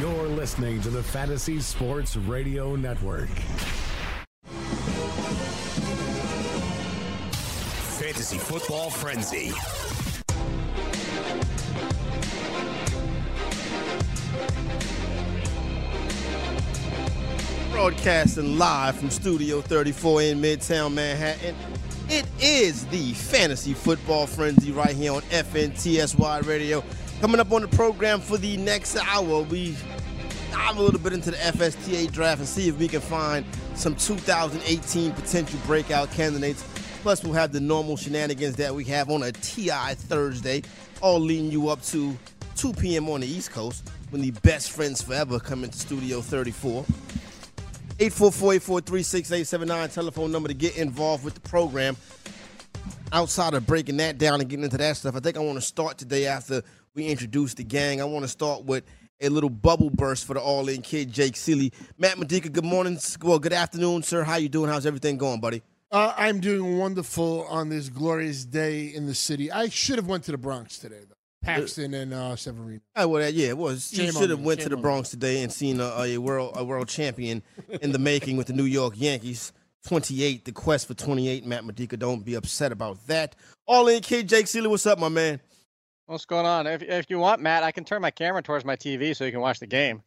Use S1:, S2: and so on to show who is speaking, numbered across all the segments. S1: You're listening to the Fantasy Sports Radio Network.
S2: Fantasy Football Frenzy.
S3: Broadcasting live from Studio 34 in Midtown Manhattan. It is the Fantasy Football Frenzy right here on FNTSY Radio. Coming up on the program for the next hour, we dive a little bit into the FSTA draft and see if we can find some 2018 potential breakout candidates. Plus, we'll have the normal shenanigans that we have on a TI Thursday, all leading you up to 2 p.m. on the East Coast when the best friends forever come into Studio 34. 844-843-6879 telephone number to get involved with the program outside of breaking that down and getting into that stuff i think i want to start today after we introduce the gang i want to start with a little bubble burst for the all-in kid jake seeley matt Medica, good morning well good afternoon sir how you doing how's everything going buddy
S4: Uh, I'm doing wonderful on this glorious day in the city. I should have went to the Bronx today, though. Paxton and uh, Severino.
S3: Hey, well, that- yeah, it was. You
S4: Shame on
S3: should have
S4: me,
S3: went to
S4: shame
S3: the
S4: on me.
S3: Bronx today and seen a, a world a world champion in the making with the New York Yankees. 28, the quest for 28. Matt Medica, don't be upset about that. All in, kid Jake Seeley, what's up, my man?
S5: What's going on? If, if you want, Matt, I can turn my camera towards my TV so you can watch the game.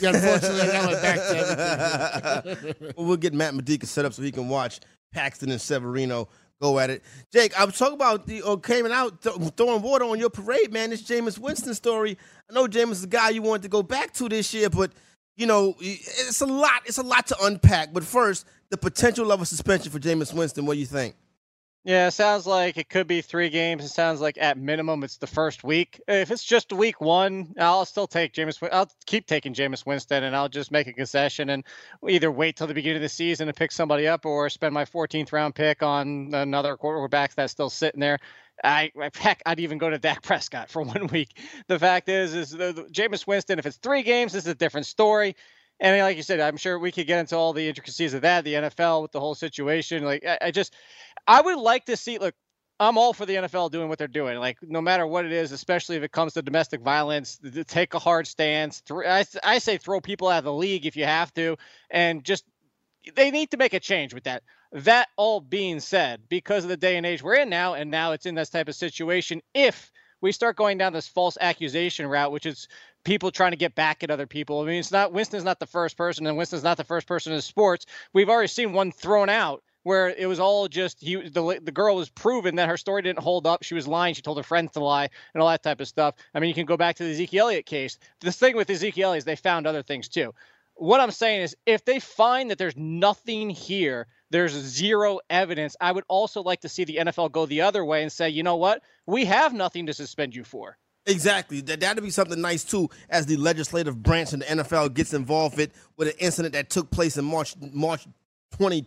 S4: Yeah, unfortunately, I got my back to everything.
S3: well, we'll get Matt Medica set up so he can watch Paxton and Severino go at it. Jake, I was talking about the oh, came out th- throwing water on your parade, man. This Jameis Winston story. I know Jameis is the guy you wanted to go back to this year, but you know i- it's a lot. It's a lot to unpack. But first, the potential of a suspension for Jameis Winston. What do you think?
S5: Yeah, it sounds like it could be three games. It sounds like at minimum it's the first week. If it's just week one, I'll still take Jameis. Win- I'll keep taking Jameis Winston, and I'll just make a concession and either wait till the beginning of the season to pick somebody up, or spend my 14th round pick on another quarterback that's still sitting there. I, I heck, I'd even go to Dak Prescott for one week. The fact is, is the, the, Jameis Winston. If it's three games, this is a different story. And like you said, I'm sure we could get into all the intricacies of that, the NFL with the whole situation. Like I, I just, I would like to see. Look, I'm all for the NFL doing what they're doing. Like no matter what it is, especially if it comes to domestic violence, th- th- take a hard stance. Thr- I, s- I say throw people out of the league if you have to, and just they need to make a change with that. That all being said, because of the day and age we're in now, and now it's in this type of situation, if we start going down this false accusation route, which is people trying to get back at other people. I mean, it's not Winston's not the first person, and Winston's not the first person in sports. We've already seen one thrown out where it was all just he, the the girl was proven that her story didn't hold up. She was lying. She told her friends to lie and all that type of stuff. I mean, you can go back to the Ezekiel Elliott case. This thing with Ezekiel is they found other things too. What I'm saying is, if they find that there's nothing here, there's zero evidence. I would also like to see the NFL go the other way and say, you know what, we have nothing to suspend you for.
S3: Exactly. That that'd be something nice too, as the legislative branch and the NFL gets involved with with an incident that took place in March March 20,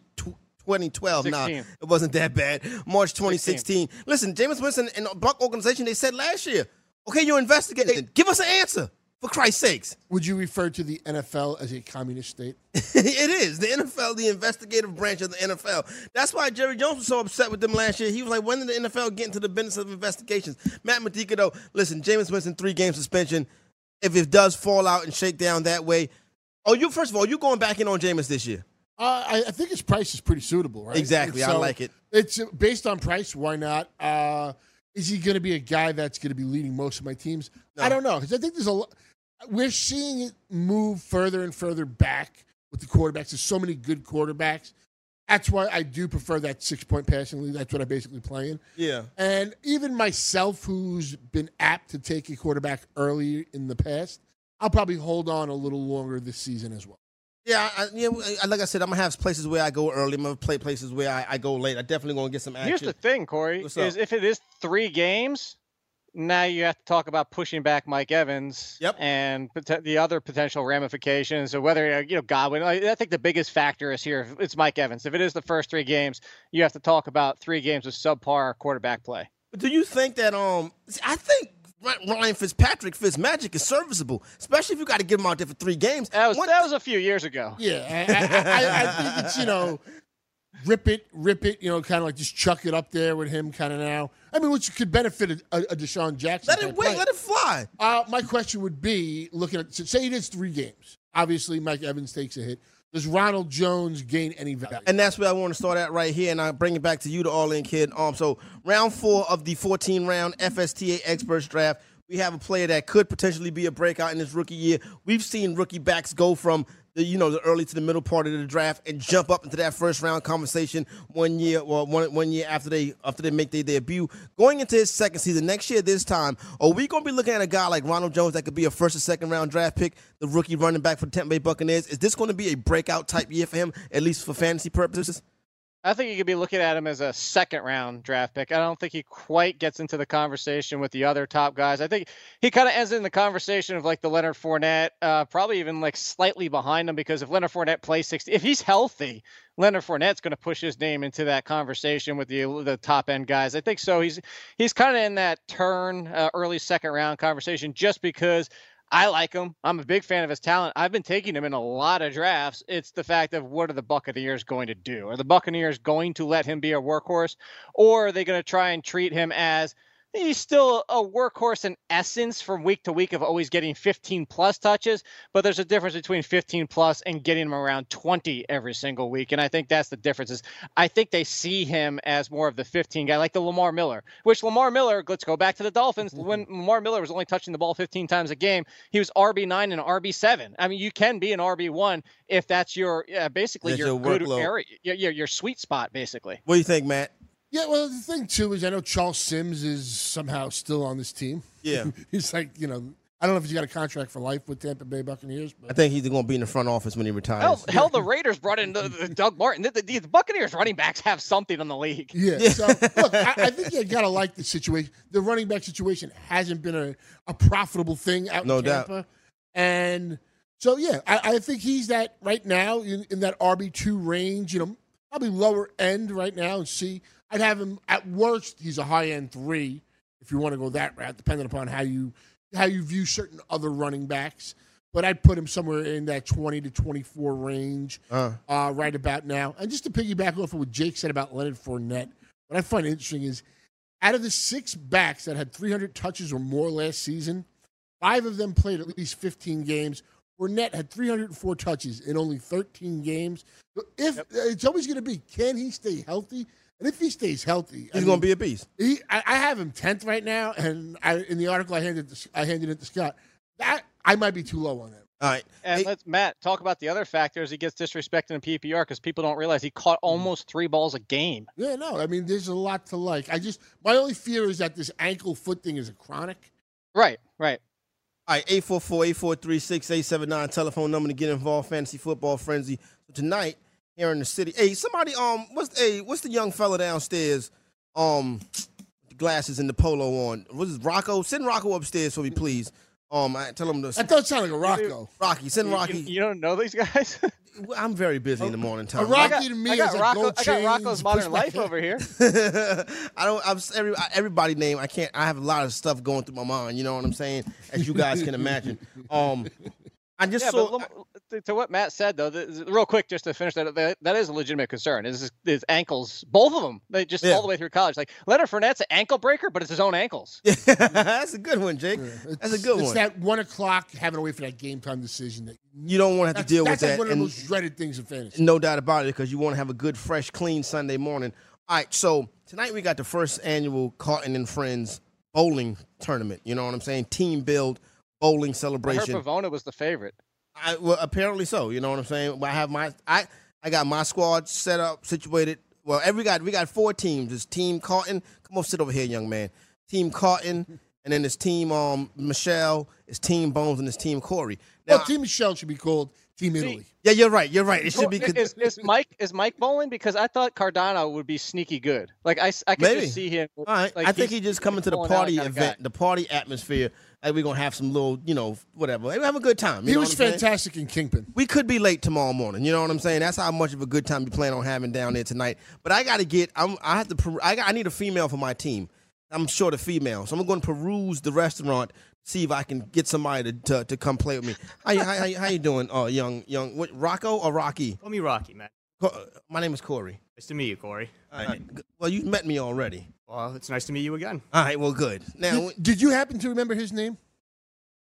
S3: 2012. Nah,
S5: 16.
S3: it wasn't that bad. March twenty sixteen. Listen, James Winston and the Buck organization they said last year, okay, you're investigating. Give us an answer for Christ's sakes.
S4: Would you refer to the NFL as a communist state?
S3: it is the NFL, the investigative branch of the NFL. That's why Jerry Jones was so upset with them last year. He was like, "When did the NFL get into the business of investigations?" Matt Madica, though, listen, Jameis Winston three game suspension. If it does fall out and shake down that way, oh, you first of all, you going back in on Jameis this year?
S4: Uh, I, I think his price is pretty suitable, right?
S3: Exactly.
S4: And
S3: I like it.
S4: It's uh, based on price. Why not? Uh, is he going to be a guy that's going to be leading most of my teams? I don't know because I think there's a lot. We're seeing it move further and further back with the quarterbacks. There's so many good quarterbacks. That's why I do prefer that six point passing league. That's what I basically play in.
S3: Yeah.
S4: And even myself, who's been apt to take a quarterback early in the past, I'll probably hold on a little longer this season as well.
S3: Yeah, I, I- yeah. I- Like I said, I'm gonna have places where I go early. I'm gonna play places where I, I go late. I definitely gonna get some action.
S5: Here's the thing, Corey,
S3: What's
S5: is
S3: up?
S5: if it is three games, now you have to talk about pushing back Mike Evans
S3: Yep.
S5: and pot- the other potential ramifications. So whether uh, you know Godwin, I I think the biggest factor is here. It's Mike Evans. If it is the first three games, you have to talk about three games of subpar quarterback play.
S3: But do you think that um? see, I think Ry- Ryan Fitzpatrick Fitzmagic is serviceable, especially if you got to get him out there for three games.
S5: That was
S3: One
S5: that was a few years ago.
S4: Yeah, I, I, I, I think it's you know, rip it, rip it. You know, kind of like just chuck it up there with him, kind of now. I mean, which could benefit a, a Deshaun Jackson.
S3: let
S4: type
S3: it wait,
S4: player.
S3: let it fly.
S4: Uh, my question would be looking at so say it is three games. Obviously, Mike Evans takes a hit. Does Ronald Jones gain any value?
S3: And that's where I want to start at right here, and I bring it back to you, the All In Kid. Um, so round four of the 14 round FSTA Experts Draft, we have a player that could potentially be a breakout in his rookie year. We've seen rookie backs go from the you know the early to the middle part of the draft and jump up into that first round conversation one year or one one year after they after they make their debut. Going into his second season next year, this time, are we going to be looking at a guy like Ronald Jones that could be a first or second round draft pick, the rookie running back for the Tampa Bay Buccaneers? Is this going to be a breakout type year for him, at least for fantasy purposes?
S5: I think you could be looking at him as a second round draft pick. I don't think he quite gets into the conversation with the other top guys. I think he kind of ends in the conversation of like the Leonard Fournette, uh, probably even like slightly behind him because if Leonard Fournette plays 60, if he's healthy, Leonard Fournette's going to push his name into that conversation with the the top end guys. I think so. He's he's kind of in that turn uh, early second round conversation just because I like him. I'm a big fan of his talent. I've been taking him in a lot of drafts. It's the fact of what are the Buccaneers going to do? Are the Buccaneers going to let him be a workhorse, or are they going to try and treat him as he's still a workhorse in essence from week to week of always getting 15 plus touches? But there's a difference between 15 plus and getting him around 20 every single week, and I think that's the difference. Is I think they see him as more of the 15 guy, like the Lamar Miller. Which Lamar Miller, let's go back to the Dolphins
S3: Mm-hmm.
S5: when Lamar Miller was only touching the ball 15 times a game he was RB nine and RB seven. I mean, you can be an RB one if that's your yeah, basically
S3: That's
S5: your,
S3: your
S5: good
S3: workload.
S5: area, your, your your sweet spot basically.
S3: What do you think, Matt?
S4: yeah, well, the thing too is I know Charles Sims is somehow still on this team.
S3: Yeah.
S4: he's like you know I don't know if he's got a contract for life with Tampa Bay Buccaneers,
S3: I
S4: but
S3: think he's going to be in the front office when he
S5: Hell,
S3: retires.
S5: hell, the Raiders brought in the, the Doug Martin. The, the, the Buccaneers running backs have something on the league.
S4: yeah. So look, I, I think you gotta like the situation. The running back situation hasn't been a, a profitable thing out
S3: No
S4: in
S3: doubt.
S4: Tampa, and so yeah, I, I think he's that right now in, in that RB two range. You know, probably lower end right now. And see, I'd have him at worst. He's a high end three if you want to go that route, depending upon how you how you view certain other running backs. But I'd put him somewhere in that twenty to twenty four range
S3: Uh.
S4: uh, right about now. And just to piggyback off of what Jake said about Leonard Fournette, what I find interesting is out of the six backs that had 300 touches or more last season, five of them played at least 15 games. Fournette had 304 touches in only 13 games. So If it's always going to be, can he stay healthy? And if he stays healthy,
S3: he's going to be a beast.
S4: he, I, I have him tenth right now, and I, in the article I handed, to, I handed it to Scott. That I might be too low on that.
S3: All right.
S5: And
S3: Hey,
S5: let's Matt talk about the other factors. He gets disrespected in PPR because people don't realize he caught almost three balls a game.
S4: Yeah, no, I mean, there's a lot to like. I just my only fear is that this ankle foot thing is a chronic.
S5: Right, right.
S3: All right, 844-843-6879, telephone number to get involved, fantasy football frenzy. So tonight, here in the city. Hey, somebody, um, what's hey, what's the young fella downstairs? Um the glasses and the polo on. What's this, Rocco? Send Rocco upstairs for me, please. Um, I tell him
S4: That
S3: to
S4: does sound like a Rocco.
S3: Rocky, send
S5: You-
S3: Rocky.
S5: You, Oh, you don't know these guys.
S3: I'm very busy in the morning
S4: A
S3: time.
S4: Rocky
S5: I got,
S4: to me
S5: I got
S4: is a
S5: Rocco,
S4: gold
S5: I got
S4: chain.
S5: Rocco's modern life over here.
S3: I don't. I'm s- every everybody name. I can't. I have a lot of stuff going through my mind. You know what I'm saying? As you guys can imagine. Um, I just
S5: Yeah,
S3: saw.
S5: but Lam- to- to what Matt said though, th- th- real quick, just to finish that, that, that is a legitimate concern. Is his ankles, both of them, they just
S3: Yeah.
S5: all the way through college. Like Leonard Fournette's an ankle breaker, but it's his own ankles.
S3: That's a good one, Jake. That's a good
S4: it's
S3: one.
S4: that one o'clock having to wait for that game time decision. That
S3: you don't want to have
S4: that's,
S3: to deal
S4: that's
S3: with
S4: like
S3: that,
S4: one of
S3: and
S4: the most dreaded things in fantasy.
S3: no doubt about it, because you want to have a good, fresh, clean Sunday morning. All right, so tonight we got the first annual Cotton and Friends bowling tournament. You know what I'm saying? Team build bowling
S5: I heard
S3: celebration.
S5: Pavona was the favorite.
S3: I well, apparently so. You know what I'm saying? I have my I I got my squad set up, situated. Well, every got we got four teams. It's Team Cotton. Come on, sit over here, young man. Team Cotton, and then it's Team um Michelle. It's Team Bones, and it's Team Corey.
S4: Well,
S3: Now-
S4: Team Michelle should be called Team Italy.
S3: Yeah, you're right. You're right. It should be.
S5: Well, is, is Mike is Mike bowling because I thought Cardano would be sneaky good. Like I, s- I could
S3: Maybe.
S5: just see him.
S3: All right.
S5: like,
S3: I think
S5: he's-
S3: he just coming to the
S5: he's pulling out
S3: party
S5: kind of guy.
S3: event, the party atmosphere. And we're gonna have some little, you know, whatever. We're have a good time. you
S4: He
S3: know
S4: was
S3: what I'm saying?
S4: fantastic in Kingpin.
S3: We could be late tomorrow morning. You know what I'm saying? That's how much of a good time you plan on having down there tonight. But I gotta get. I'm. I have to. per- I, got, I need a female for my team. I'm short of female, so I'm going to peruse the restaurant, see if I can get somebody to, to, to come play with me. How you, how, you- how you doing, uh, young young what, Rocco or Rocky?
S6: Call me Rocky, man.
S3: Co- uh, My name is Corey.
S6: Nice to meet you, Corey.
S3: Uh, g- well, you met me already.
S6: Well, it's nice to meet you again.
S3: All right. Well, good. Now,
S4: Did, did you happen to remember his name?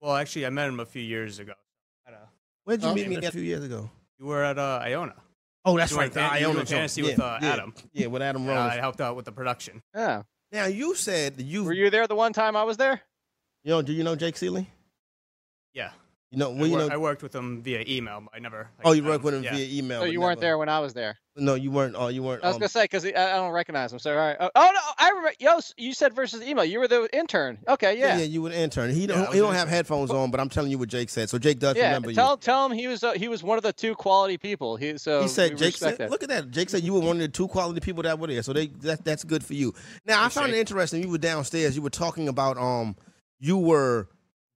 S6: Well, actually, I met him a few years ago. I don't know.
S3: Where'd you
S4: Oh.
S3: meet me a few years ago?
S6: You were at uh, Iona.
S3: uh, Oh, that's
S6: Doing
S3: right. The
S6: fan- you were
S3: Iona
S6: doing fantasy
S3: joint.
S6: with, uh,
S3: yeah.
S6: Adam.
S3: Yeah, with Adam
S6: And, uh,
S3: Rose.
S6: I helped out with the production.
S5: Yeah.
S3: now you said that you
S5: Were
S3: you
S5: you there the one time I was there?
S3: know do you know Jake Seeley?
S6: Yeah.
S3: You know,
S6: I,
S3: well, you
S6: wor-
S3: know.
S6: I worked with him via email, but I never.
S3: oh, you
S6: I
S3: worked with him
S6: yeah.
S3: via email.
S5: So
S3: but
S5: Oh, you weren't
S3: never-
S5: there when I was there.
S3: No, you weren't. Oh, you weren't.
S5: I was
S3: um,
S5: gonna say because I, I don't recognize him. So all right. Oh, oh, no, I remember. Yo, s- you said versus email. You were the intern. Okay,
S3: yeah.
S5: yeah,
S3: you were an intern. He
S6: I
S3: don't.
S6: was
S3: he
S6: an
S3: don't have
S6: intern.
S3: headphones on, but I'm telling you what Jake said. So Jake does
S5: yeah.
S3: remember
S5: Tell tell him he was uh, he was one of the two quality people. He so
S3: you. He said,
S5: we
S3: Jake
S5: respect
S3: said,
S5: that.
S3: look at that. Jake said you were one of the two quality people that were there. So they that, that's good for you. Now I found it interesting. You were downstairs. You were talking about um, you were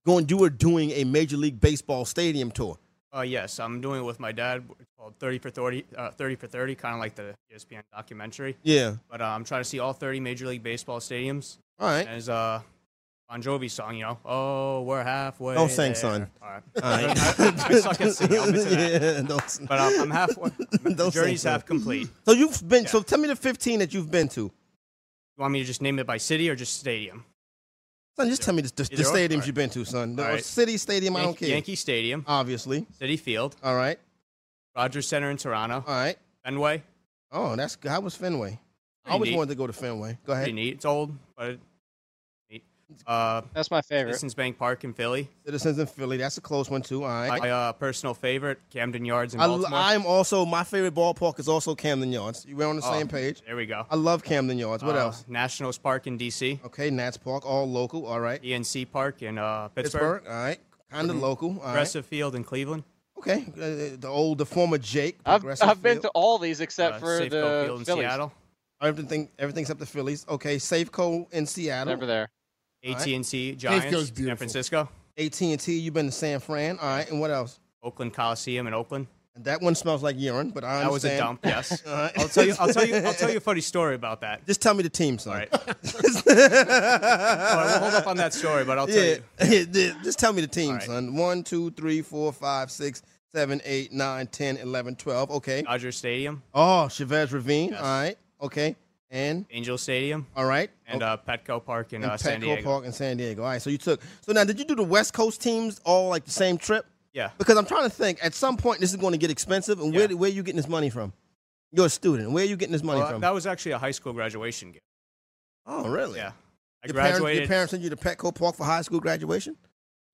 S3: going. You were doing a major league baseball stadium tour.
S6: Uh, yes, I'm doing it with my dad. It's called 30 for 30, uh, 30 for 30, kind of like the E ESPN documentary.
S3: Yeah.
S6: But uh, I'm trying to see all 30 Major League Baseball stadiums.
S3: All right.
S6: And his uh, Bon Jovi song, you know, oh, we're halfway.
S3: Don't sing,
S6: there."
S3: son.
S6: All right.
S3: All right.
S6: uh, I, I suck at singing. I'll admit to that.
S3: Yeah, don't-
S6: But um, I'm halfway.
S3: Don't
S6: the
S3: sing,
S6: journey's
S3: son.
S6: half complete. You
S3: so you've been. So tell me the 15 that you've been to.
S6: want me to just name it by city or just stadium?
S3: Son, just tell me the, the, the
S6: Either or?
S3: stadiums
S6: All
S3: you've been to, son. The uh,
S6: All right.
S3: city stadium, I don't
S6: Yankee,
S3: care.
S6: Yankee Stadium,
S3: Obviously.
S6: City Field,
S3: All right.
S6: Rogers Center in Toronto,
S3: All right.
S6: Fenway.
S3: Oh, that's how was Fenway? I
S6: Pretty
S3: always
S6: neat.
S3: wanted to go to Fenway. Go
S6: Pretty
S3: ahead.
S6: neat. It's old, but it- neat. Uh,
S5: That's my favorite.
S6: Citizens Bank Park in Philly.
S3: Citizens in Philly. That's a close one too. All
S6: My,
S3: right.
S6: uh, personal favorite, Camden Yards in
S3: I,
S6: Baltimore.
S3: I, am also my favorite ballpark is also Camden Yards. You were on the
S6: Oh,
S3: same page.
S6: There we go.
S3: I love Camden Yards. What
S6: Uh,
S3: else?
S6: Nationals Park in D.C.,
S3: Okay, Nats Park, all local. All right.
S6: ENC Park in uh, Pittsburgh, Mm-hmm.
S3: Pittsburgh. All right. Kind of local. All right.
S6: Progressive Field in Cleveland,
S3: Okay. Uh, the old, the former Jake.
S5: I've,
S3: Progressive
S5: I've been
S3: Field.
S5: to all these except
S6: uh,
S5: for
S6: Safeco Field
S5: the
S6: in
S5: Phillies.
S6: Seattle,
S3: Everything, everything except the Phillies. Okay, Safeco in Seattle.
S5: Never there.
S6: AT&T
S4: Safeco's
S6: Giants,
S4: beautiful.
S6: San Francisco,
S3: AT and T. You've been to San Fran. All right, and what else?
S6: Oakland Coliseum in Oakland.
S3: And that one smells like urine, but I
S6: That was a
S3: understand.
S6: dump. Yes,
S3: All right.
S6: I'll tell you. I'll tell you. I'll tell you a funny story about that.
S3: Just tell me the team, son.
S6: All right. well, I will hold up on that story, but I'll tell
S3: Yeah,
S6: you.
S3: yeah, just tell me the team,
S6: All right.
S3: son. One, two, three, four, five, six, seven, eight, nine, ten, eleven, twelve. Okay.
S6: Dodger Stadium,
S3: Oh, Chavez Ravine.
S6: Yes.
S3: All right. Okay. And
S6: Angel Stadium,
S3: all right.
S6: and
S3: okay.
S6: uh, Petco Park in
S3: And
S6: uh, San
S3: Petco
S6: Diego.
S3: Park in San Diego. All right. So you took. So now, did you do the West Coast teams all like the same trip?
S6: Yeah.
S3: Because I'm trying to think. At some point, this is going to get expensive. And where
S6: Yeah.
S3: where are you getting this money from? You're a student. Where are you getting this money
S6: Well,
S3: from?
S6: that was actually a high school graduation gift.
S3: oh, really?
S6: Yeah. I
S3: Your parents, your
S6: graduated.
S3: parents sent you to Petco Park for high school graduation?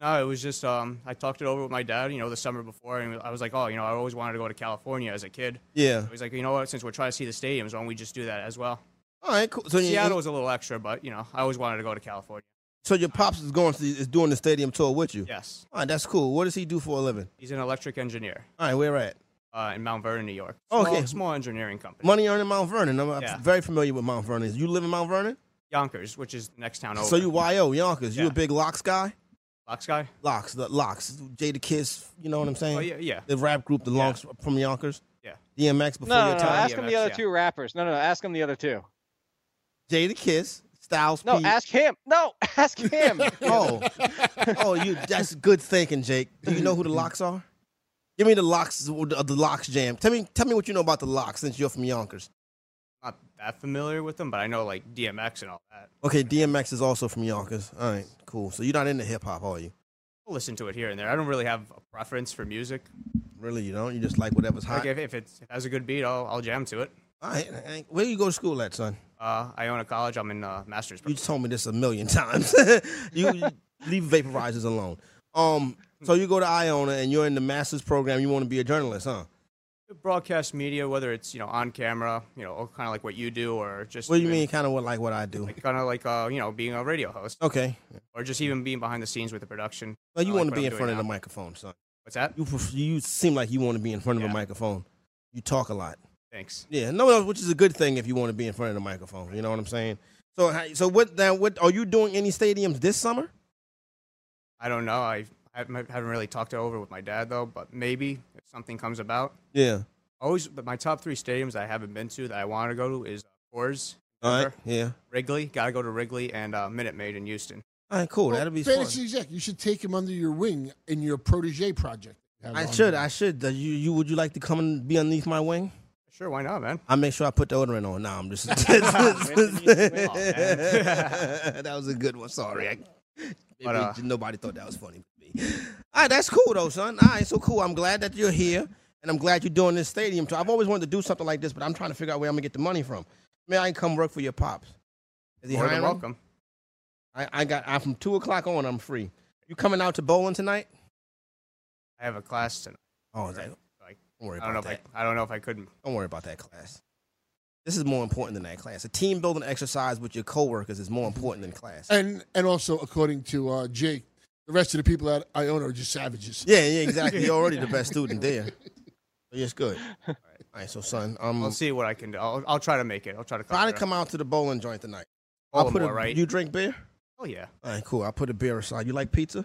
S6: No, it was just um, I talked it over with my dad, you know, the summer before, and I was like, oh, you know, I always wanted to go to California as a kid.
S3: Yeah.
S6: He's like, you know what? Since we're trying to see the stadiums, why don't we just do that as well?
S3: All right, cool. So, you-
S6: Seattle was a little extra, but you know, I always wanted to go to California.
S3: so your pops is going to, is doing the stadium tour with you.
S6: Yes,
S3: All right, that's cool. What does he do for a living?
S6: he's an electric engineer
S3: All right, where at?
S6: uh, in Mount Vernon, New York.
S3: Oh,
S6: Small,
S3: okay.
S6: small engineering company.
S3: Money earned in Mount Vernon. I'm, I'm
S6: Yeah.
S3: very familiar with Mount Vernon. You live in Mount Vernon?
S6: Yonkers, which is the next town over.
S3: So you YO, Yonkers. You a
S6: Yeah.
S3: big locks guy?
S6: box guy?
S3: Locks, the locks. Jada Kiss, you know what I'm saying?
S6: Oh yeah, yeah.
S3: The rap group, the locks from Yonkers.
S6: Yeah.
S3: DMX before
S5: No, no,
S3: your
S5: no,
S3: time.
S5: ask him the
S6: DMX,
S5: other
S6: yeah.
S5: two rappers. No, no, no, ask him the other two.
S3: Jada Kiss, Styles
S5: No,
S3: P.
S5: ask him. No, ask him.
S3: Oh, oh, you. That's good thinking, Jake. Do you know who the locks are? Give me the locks, uh, the locks jam. Tell me, tell me what you know about the locks since you're from Yonkers.
S6: Not that familiar with them, but I know like DMX and all that.
S3: Okay, DMX is also from Yonkers. All right, cool. So you're not into hip hop, are you?
S6: I'll listen to it here and there. I don't really have a preference for music.
S3: Really, you don't. You just like whatever's hot.
S6: Like if, if it's- if it has a good beat, I'll, I'll jam to it.
S3: All right, all right. where you go to school at, son?
S6: Uh, I own a college. I'm in uh, master's.
S3: You
S6: program.
S3: told me this a million times. you, you leave vaporizers alone. Um, so you go to Iona and you're in the master's program. You want to be a journalist, huh?
S6: broadcast media, whether it's you know on camera, you know, kind of like what you do, or just
S3: What do you mean, kind of what like what I do?
S6: kind of like uh, you know being a radio host,
S3: Okay,
S6: or just even being behind the scenes with the production.
S3: well, you
S6: Kinda
S3: want
S6: like
S3: to be
S6: what
S3: in
S6: I'm
S3: front of
S6: doing
S3: the
S6: now.
S3: microphone, son.
S6: What's that?
S3: You pref- you seem like you want to be in front of a
S6: Yeah.
S3: microphone. You talk a lot.
S6: Thanks.
S3: Yeah, no, no, which is a good thing if you want to be in front of the microphone. You know what I'm saying? So, how- so what? Now, what are you doing? Any stadiums this summer?
S6: I don't know. I I haven't haven't really talked it over with my dad though, but maybe if something comes about.
S3: Yeah.
S6: Always, but my top three stadiums I haven't been to that I want to go to is uh, Coors,
S3: All right.
S6: Denver,
S3: Yeah.
S6: Wrigley. Gotta go to Wrigley and uh, Minute Maid in Houston.
S3: All right. Cool.
S4: Well,
S3: Oh, That'll be fun.
S4: fantasy exec. You should take him under your wing in your protege project. you have
S3: I
S4: on
S3: should.
S4: there.
S3: I should. Do you, you would you like to come and be underneath my wing?
S6: Sure, why not, man?
S3: I make sure I put the order in on. Nah, I'm just.
S6: man.
S3: that was a good one. Sorry, I,
S6: But, uh,
S3: maybe nobody thought that was funny. With me. All right, that's cool though, son. All right, so cool. I'm glad that you're here, and I'm glad you're doing this stadium tour. I've always wanted to do something like this, but I'm trying to figure out where I'm gonna get the money from. Man, I can come work for your pops. Is he
S6: More than
S3: hiring?
S6: welcome.
S3: I, I got. I'm from two o'clock on. I'm free. You coming out to bowling tonight?
S6: I have a class tonight.
S3: Oh, is that,
S6: Like,
S3: don't worry
S6: I don't know
S3: about
S6: if I,
S3: that.
S6: I don't know if I could.
S3: Don't worry about that class. This is more important than that class. A team building exercise with your coworkers is more important than class.
S4: And and also, according to uh, Jake, the rest of the people at Iona are just savages.
S3: Yeah, yeah, exactly. You're already the best student there. But it's good. All right, so son,
S6: I'll
S3: um,
S6: see what I can do. I'll, I'll try to make it. I'll try to.
S3: try to
S6: it.
S3: come out to the bowling joint tonight.
S6: Bowling
S3: put a,
S6: ball, Oh, right?
S3: You drink beer?
S6: Oh yeah.
S3: All right, cool. I'll put a beer aside. You like pizza?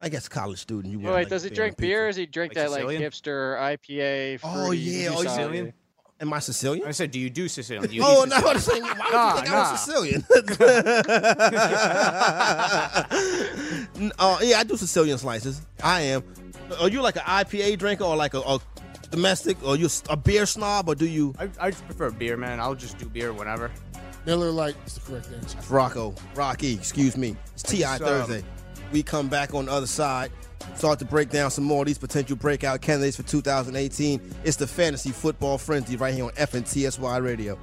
S3: I guess college student. You
S5: Wait,
S3: wouldn't like
S5: does he
S3: and
S5: drink
S3: pizza.
S5: beer? Or does he drink
S6: Like
S5: that like
S6: Sicilian?
S5: hipster IPA?
S3: Oh,
S5: fruity
S3: yeah, oh,
S5: juice
S3: Sicilian?
S5: holiday?
S3: Am I Sicilian?
S6: I said, do you do Sicilian? Do you eat
S3: oh no!
S6: Sicilian?
S3: I'm saying, why
S6: Nah,
S3: would you think I
S6: nah.
S3: was Sicilian? N- uh, yeah, I do Sicilian slices. I am. Are you like an IPA drinker or like a, a domestic? Or you s- a beer snob? Or do you
S6: I, I just prefer beer, man. I'll just do beer whenever.
S4: Miller Lite is the correct answer.
S3: Rocco, Rocky, excuse me. It's TI
S6: just, um,
S3: Thursday. We come back on the other side, start to break down some more of these potential breakout candidates for 2018. It's the Fantasy Football Frenzy right here on FNTSY Radio.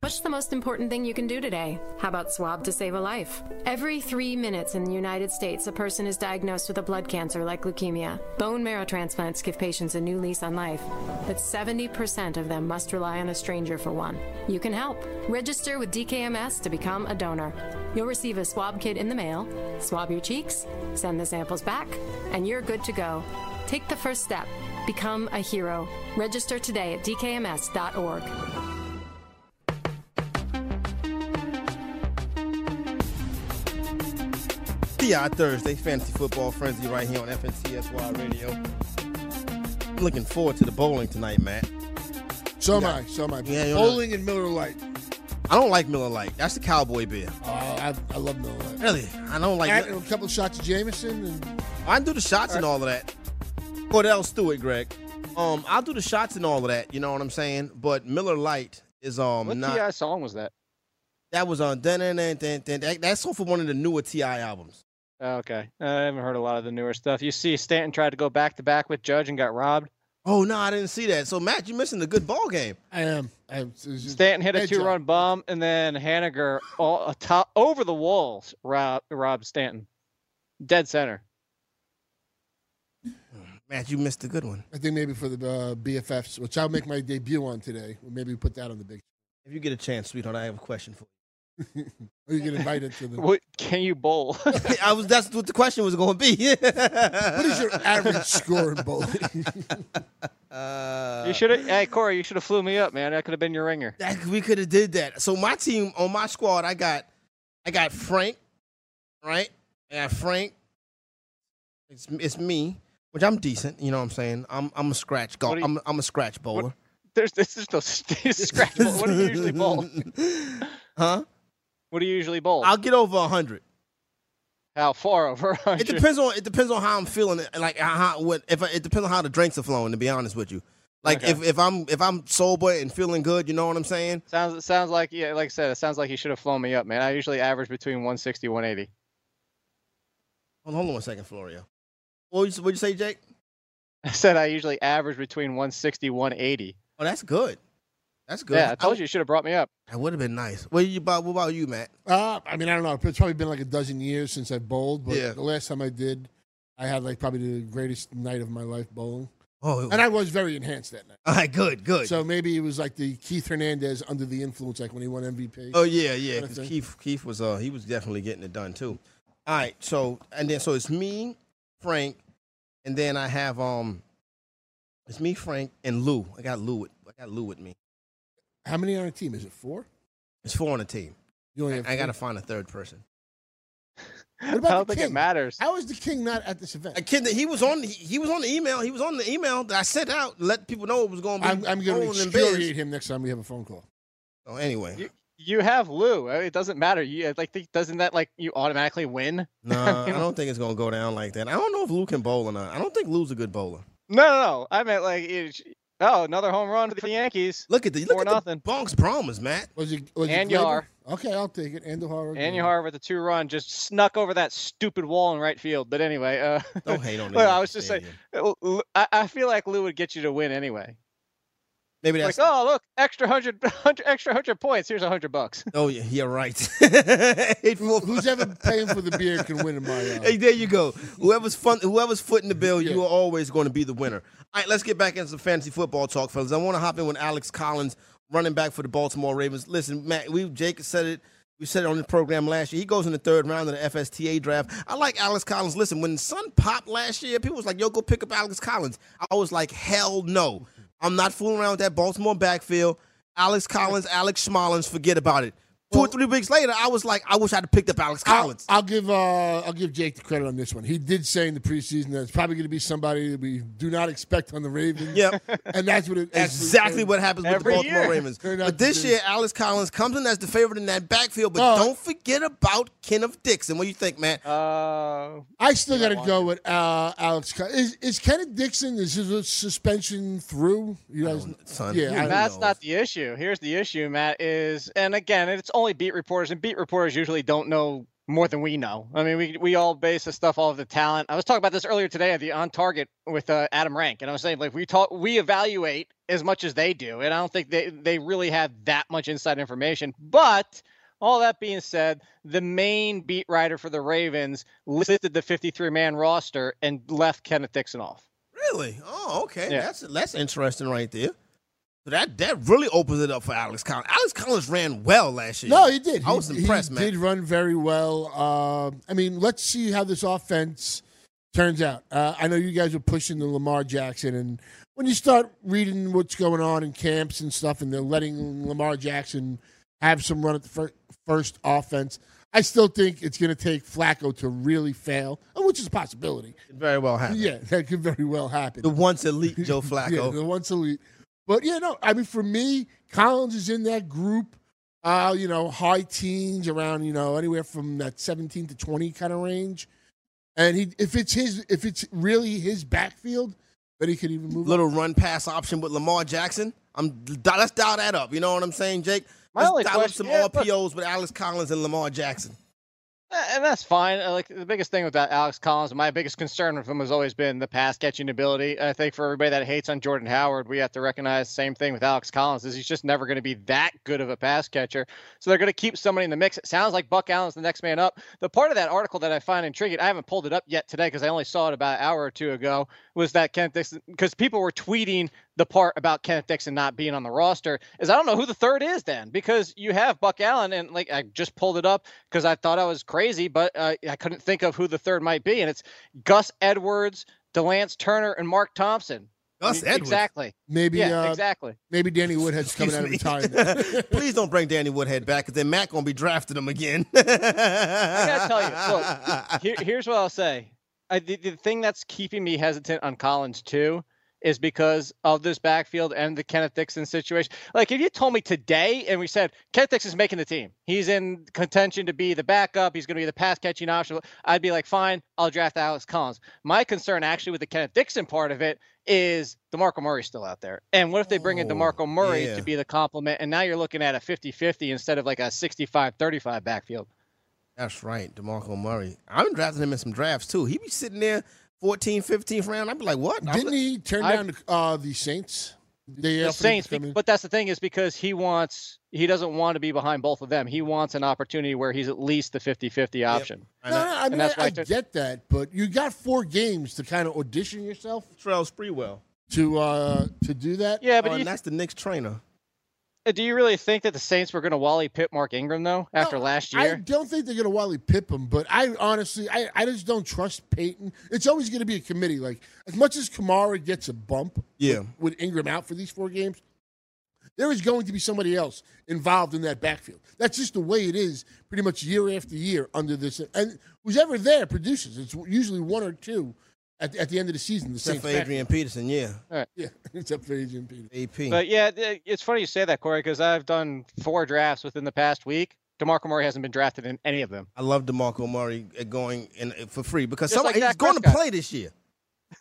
S7: What's the most important thing you can do today? How about swab to save a life? Every three minutes in the United States, a person is diagnosed with a blood cancer like leukemia. Bone marrow transplants give patients a new lease on life, but 70% of them must rely on a stranger for one. You can help. Register with DKMS to become a donor. You'll receive a swab kit in the mail, swab your cheeks, send the samples back, and you're good to go. Take the first step. Become a hero. Register today at dkms.org.
S3: TI Thursday, Fantasy Football Frenzy right here on FNTSY Radio. I'm looking forward to the bowling tonight, Matt.
S4: So am I. So am I.
S3: Yeah, you're-
S4: Bowling and Miller Lite.
S3: I don't like Miller Lite. That's the cowboy beer.
S4: Oh, I, I love Miller Lite.
S3: Really? I don't like
S4: And a couple of shots of Jameson and
S3: I do the shots and all of that. Cordell Stewart, Greg. Um, I'll do the shots and all of that. You know what I'm saying? But Miller Lite is um
S5: What
S3: not.
S5: TI song was that?
S3: That was on. Dun, dun, dun, dun, dun. That- That's off of one of the newer Ti albums.
S5: Oh, okay, I haven't heard a lot of the newer stuff. You see, Stanton tried to go back to back with Judge and got robbed.
S3: Oh no, I didn't see that. So Matt, you're missing a good ball game.
S4: I am. I am. it's just-
S5: Stanton hit a
S4: Head job.
S5: two-run bomb, and then Haniger all atop, over the walls rob, robbed Stanton, dead center.
S3: Matt, you missed a good one.
S4: I think maybe for the uh, BFFs, which I'll make my debut on today. Maybe we put that on the big.
S3: If you get a chance, sweetheart, I have a question for
S4: Or you get invited to the.
S5: What can you bowl?
S3: you. I was. That's what the question was going to be.
S4: What is your average score in bowling?
S3: Uh,
S5: you should have. Hey, Corey, you should have flew me up, man. That could have been your ringer.
S3: That we could have did that. So my team on my squad, I got, I got Frank, right? I got Frank. It's it's me, which I'm decent. You know what I'm saying? I'm I'm a scratch
S5: What
S3: golf.
S5: do you-
S3: I'm I'm a scratch bowler.
S5: There's this is no scratch bowl. What do you usually bowl?
S3: huh?
S5: What do you usually bowl?
S3: I'll get over hundred.
S5: How far over?
S3: It
S5: 100?
S3: depends on it depends on how I'm feeling. and, Like how what if I, it depends on how the drinks are flowing. To be honest with you, like
S5: Okay.
S3: if if I'm if I'm sober and feeling good, you know what I'm saying?
S5: Sounds it sounds like yeah, like I said, it sounds like you should have flown me up, man. I usually average between 160 180.
S3: Hold on, hold on one second, Florio. What would you, what'd you say, Jake?
S5: I said I usually average between 160 180.
S3: Oh, that's good. That's good.
S5: Yeah, I told you you should have brought me up.
S3: That would have been nice. What you about? What about you, Matt?
S4: Uh, I mean, I don't know. It's probably been like a dozen years since I bowled, but
S3: Yeah.
S4: the last time I did, I had like probably the greatest night of my life bowling,
S3: Oh,
S4: and I was very enhanced that night.
S3: all right, good, good.
S4: So maybe it was like the Keith Hernandez under the influence, like when he won MVP.
S3: oh yeah, yeah.
S4: Kinda
S3: 'cause
S4: thing.
S3: Keith, Keith was uh, he was definitely getting it done too. All right, so and then so it's me, Frank, and then I have um, it's me, Frank, and Lou. I got Lou. With, I got Lou with me.
S4: How many on a team? Is it four?
S3: It's four on the team.
S4: You only have
S3: I gotta
S4: three.
S3: find a third person.
S4: What
S5: I
S4: about
S5: don't
S4: the
S5: think
S4: king?
S5: it matters.
S4: How is the king not at this
S3: A
S4: event?
S3: kid that he was on. He, he was on the email. He was on the email that I sent out. Let people know it was going to be.
S4: I'm, I'm going to
S3: rolling in bed.
S4: excoriate him next time we have a phone call.
S3: So anyway,
S5: You have Lou. Uh, It doesn't matter. You like think- doesn't that like you automatically win?
S3: nah, I don't think it's going to go down like that. I don't know if Lou can bowl or not. I don't think Lou's a good bowler.
S5: No, no, no. I meant like it, oh, another home run for the Yankees.
S3: Look at the look
S5: Four
S3: at
S5: nothing.
S3: the Bonks Brahmas, Matt.
S4: Was it? Was
S5: And
S4: it Glaber?
S5: Yar.
S4: Okay, I'll take it. And Yar.
S5: Andy Har with a two run just snuck over that stupid wall in right field. But anyway, uh,
S3: Don't hate on him.
S5: Well, I was just saying, uh, L- L- I, I feel like Lou would get you to win anyway.
S3: Maybe
S5: Like,
S3: that's.
S5: oh look, extra hundred, hundred extra hundred points. Here's a hundred bucks.
S3: Oh yeah, you're right. Eight four five.
S4: Who's ever paying for the beer can win in my uh,
S3: Hey, there you go. Whoever's fun, whoever's footing the bill, you
S4: Yeah.
S3: are always going to be the winner. All right, let's get back into some fantasy football talk, fellas. I want to hop in with Alex Collins, running back for the Baltimore Ravens. Listen, Matt, we Jake said it. We said it on the program last year. He goes in the third round of the FSTA draft. I like Alex Collins. Listen, when the sun popped last year, people was like, "Yo, go pick up Alex Collins." I was like, "Hell no, I'm not fooling around with that Baltimore backfield." Alex Collins, Alex Schmalins, forget about it. Two or
S4: Well-
S3: three weeks later, I was like, "I wish I'd have picked up Alex
S4: I'll-
S3: Collins."
S4: I'll, give uh, I'll give Jake the credit on this one. He did say in the preseason that it's probably going to be somebody that we do not expect on the Ravens.
S3: Yep.
S4: and that's what it actually
S3: exactly
S4: turned-
S3: what happens with the
S5: Every
S3: Baltimore
S5: year.
S3: Ravens.
S4: Turned out
S3: But
S4: to
S3: this
S4: be-
S3: year, Alex Collins comes in as the favorite in that backfield. But
S4: Oh.
S3: don't forget about Kenneth Dixon. What do you think, man?
S5: Uh,
S4: I still got to go with uh, Alex. Con- Is is Kenneth Dixon? Is his suspension through? You guys,
S3: Son,
S4: yeah,
S3: who
S4: I-
S5: Matt's
S3: knows?
S5: not the issue. Here's the issue, Matt is, and again, it's only beat reporters, and beat reporters usually don't know more than we know. I mean, we we all base this stuff off of the talent. I was talking about this earlier today at the on target with uh, Adam Rank, and I was saying like we talk, we evaluate as much as they do, and I don't think they they really have that much inside information, but. All that being said, the main beat writer for the Ravens listed the 53 man roster and left Kenneth Dixon off.
S3: really. Oh, okay.
S5: Yeah.
S3: That's that's interesting right there. So that that really opens it up for Alex Collins. Alex Collins ran well last year.
S4: no, he did.
S3: I was
S4: he,
S3: impressed,
S4: he
S3: man.
S4: Did run very well. Um I mean, let's see how this offense turns out. Uh, I know you guys were pushing the Lamar Jackson, and when you start reading what's going on in camps and stuff, and they're letting Lamar Jackson have some run at the fir- first offense. I still think it's going to take Flacco to really fail, which is a possibility.
S3: very well happened.
S4: Yeah, that could very well happen.
S3: The once elite Joe
S4: Yeah,
S3: Flacco.
S4: the once elite. But yeah, no, I mean for me, Collins is in that group, uh, you know, high teens around, you know, anywhere from that seventeen to twenty kind of range. And he if it's his if it's really his backfield, then he could even move
S3: Little run pass option with Lamar Jackson. I'm let's dial that up. You know what I'm saying, Jake?
S5: My
S3: let's
S5: only
S3: dial
S5: question- yeah,
S3: up
S5: look-
S3: some RPOs with Alex Collins and Lamar Jackson.
S5: Uh, And that's fine. Uh, Like the biggest thing with that Alex Collins, my biggest concern with him has always been the pass catching ability. I think for everybody that hates on Jordan Howard, we have to recognize the same thing with Alex Collins is he's just never going to be that good of a pass catcher. So they're going to keep somebody in the mix. It sounds like Buck Allen's the next man up. The part of that article that I find intriguing, I haven't pulled it up yet today because I only saw it about an hour or two ago, was that Kent Dixon because people were tweeting the part about Kenneth Dixon not being on the roster is I don't know who the third is then because you have Buck Allen and like I just pulled it up because I thought I was crazy, but uh, I couldn't think of who the third might be, and it's Gus Edwards, Delance Turner, and Mark Thompson.
S3: Gus
S5: Y-
S3: Edwards.
S5: Exactly.
S4: maybe
S5: yeah,
S4: uh,
S5: exactly.
S4: maybe Danny Woodhead's coming out of retirement.
S3: Please don't bring Danny Woodhead back, because then Matt gonna be drafting him again. I
S5: gotta
S3: gotta
S5: tell you, Here, here's what I'll say. I, the, the thing that's keeping me hesitant on Collins too is because of this backfield and the Kenneth Dixon situation. Like if you told me today and we said Kenneth Dixon's making the team, he's in contention to be the backup, he's going to be the pass catching option, I'd be like, fine, I'll draft Alex Collins. My concern actually with the Kenneth Dixon part of it is DeMarco Murray's still out there. And what if they bring in
S3: Oh,
S5: DeMarco Murray
S3: yeah.
S5: to be the complement and now you're looking at a 50-50 instead of like a 65-35 backfield?
S3: That's right, DeMarco Murray. I've been drafting him in some drafts too. He be sitting there 14, 15th round. I'd be like, what? I'm
S4: Didn't
S3: like-
S4: he turn
S5: I-
S4: down the, uh, the Saints? They
S5: the
S4: offered him to
S5: Saints,
S4: come
S5: bec-
S4: in.
S5: but that's the thing is because he wants he doesn't want to be behind both of them. He wants an opportunity where he's at least the 50-50 option.
S3: I
S4: no,
S3: know.
S4: no, I mean I,
S5: that's why
S4: I
S5: I took-
S4: get that, but you got four games to kind of audition yourself
S3: Terrell Sprewell.
S4: to uh, to do that.
S5: Yeah,
S3: oh,
S5: but
S3: and
S5: you,
S3: that's the Knicks trainer.
S5: uh, do you really think that the Saints were going to Wally Pitt Mark Ingram though after
S4: No,
S5: last
S4: I
S5: year?
S4: don't think they're going to Wally Pip him, but I honestly, I, I just don't trust Peyton. It's always going to be a committee. Like as much as Kamara gets a bump,
S3: Yeah.
S4: with Ingram out for these four games, there is going to be somebody else involved in that backfield. That's just the way it is, pretty much year after year under this. And who's ever there produces. It's usually one or two at, at the end of the season. The
S3: Except
S4: Saints
S3: for
S4: back-
S3: Adrian Peterson, yeah.
S4: yeah, except for Adrian Peterson.
S3: AP.
S5: But yeah, th- it's funny you say that, Corey, because I've done four drafts within the past week. Demarco Murray hasn't been drafted in any of them.
S3: I love DeMarco Murray uh, going in uh, for free because
S5: Just
S3: somebody,
S5: like
S3: he's
S5: Dak
S3: going
S5: Prescott.
S3: to play this year.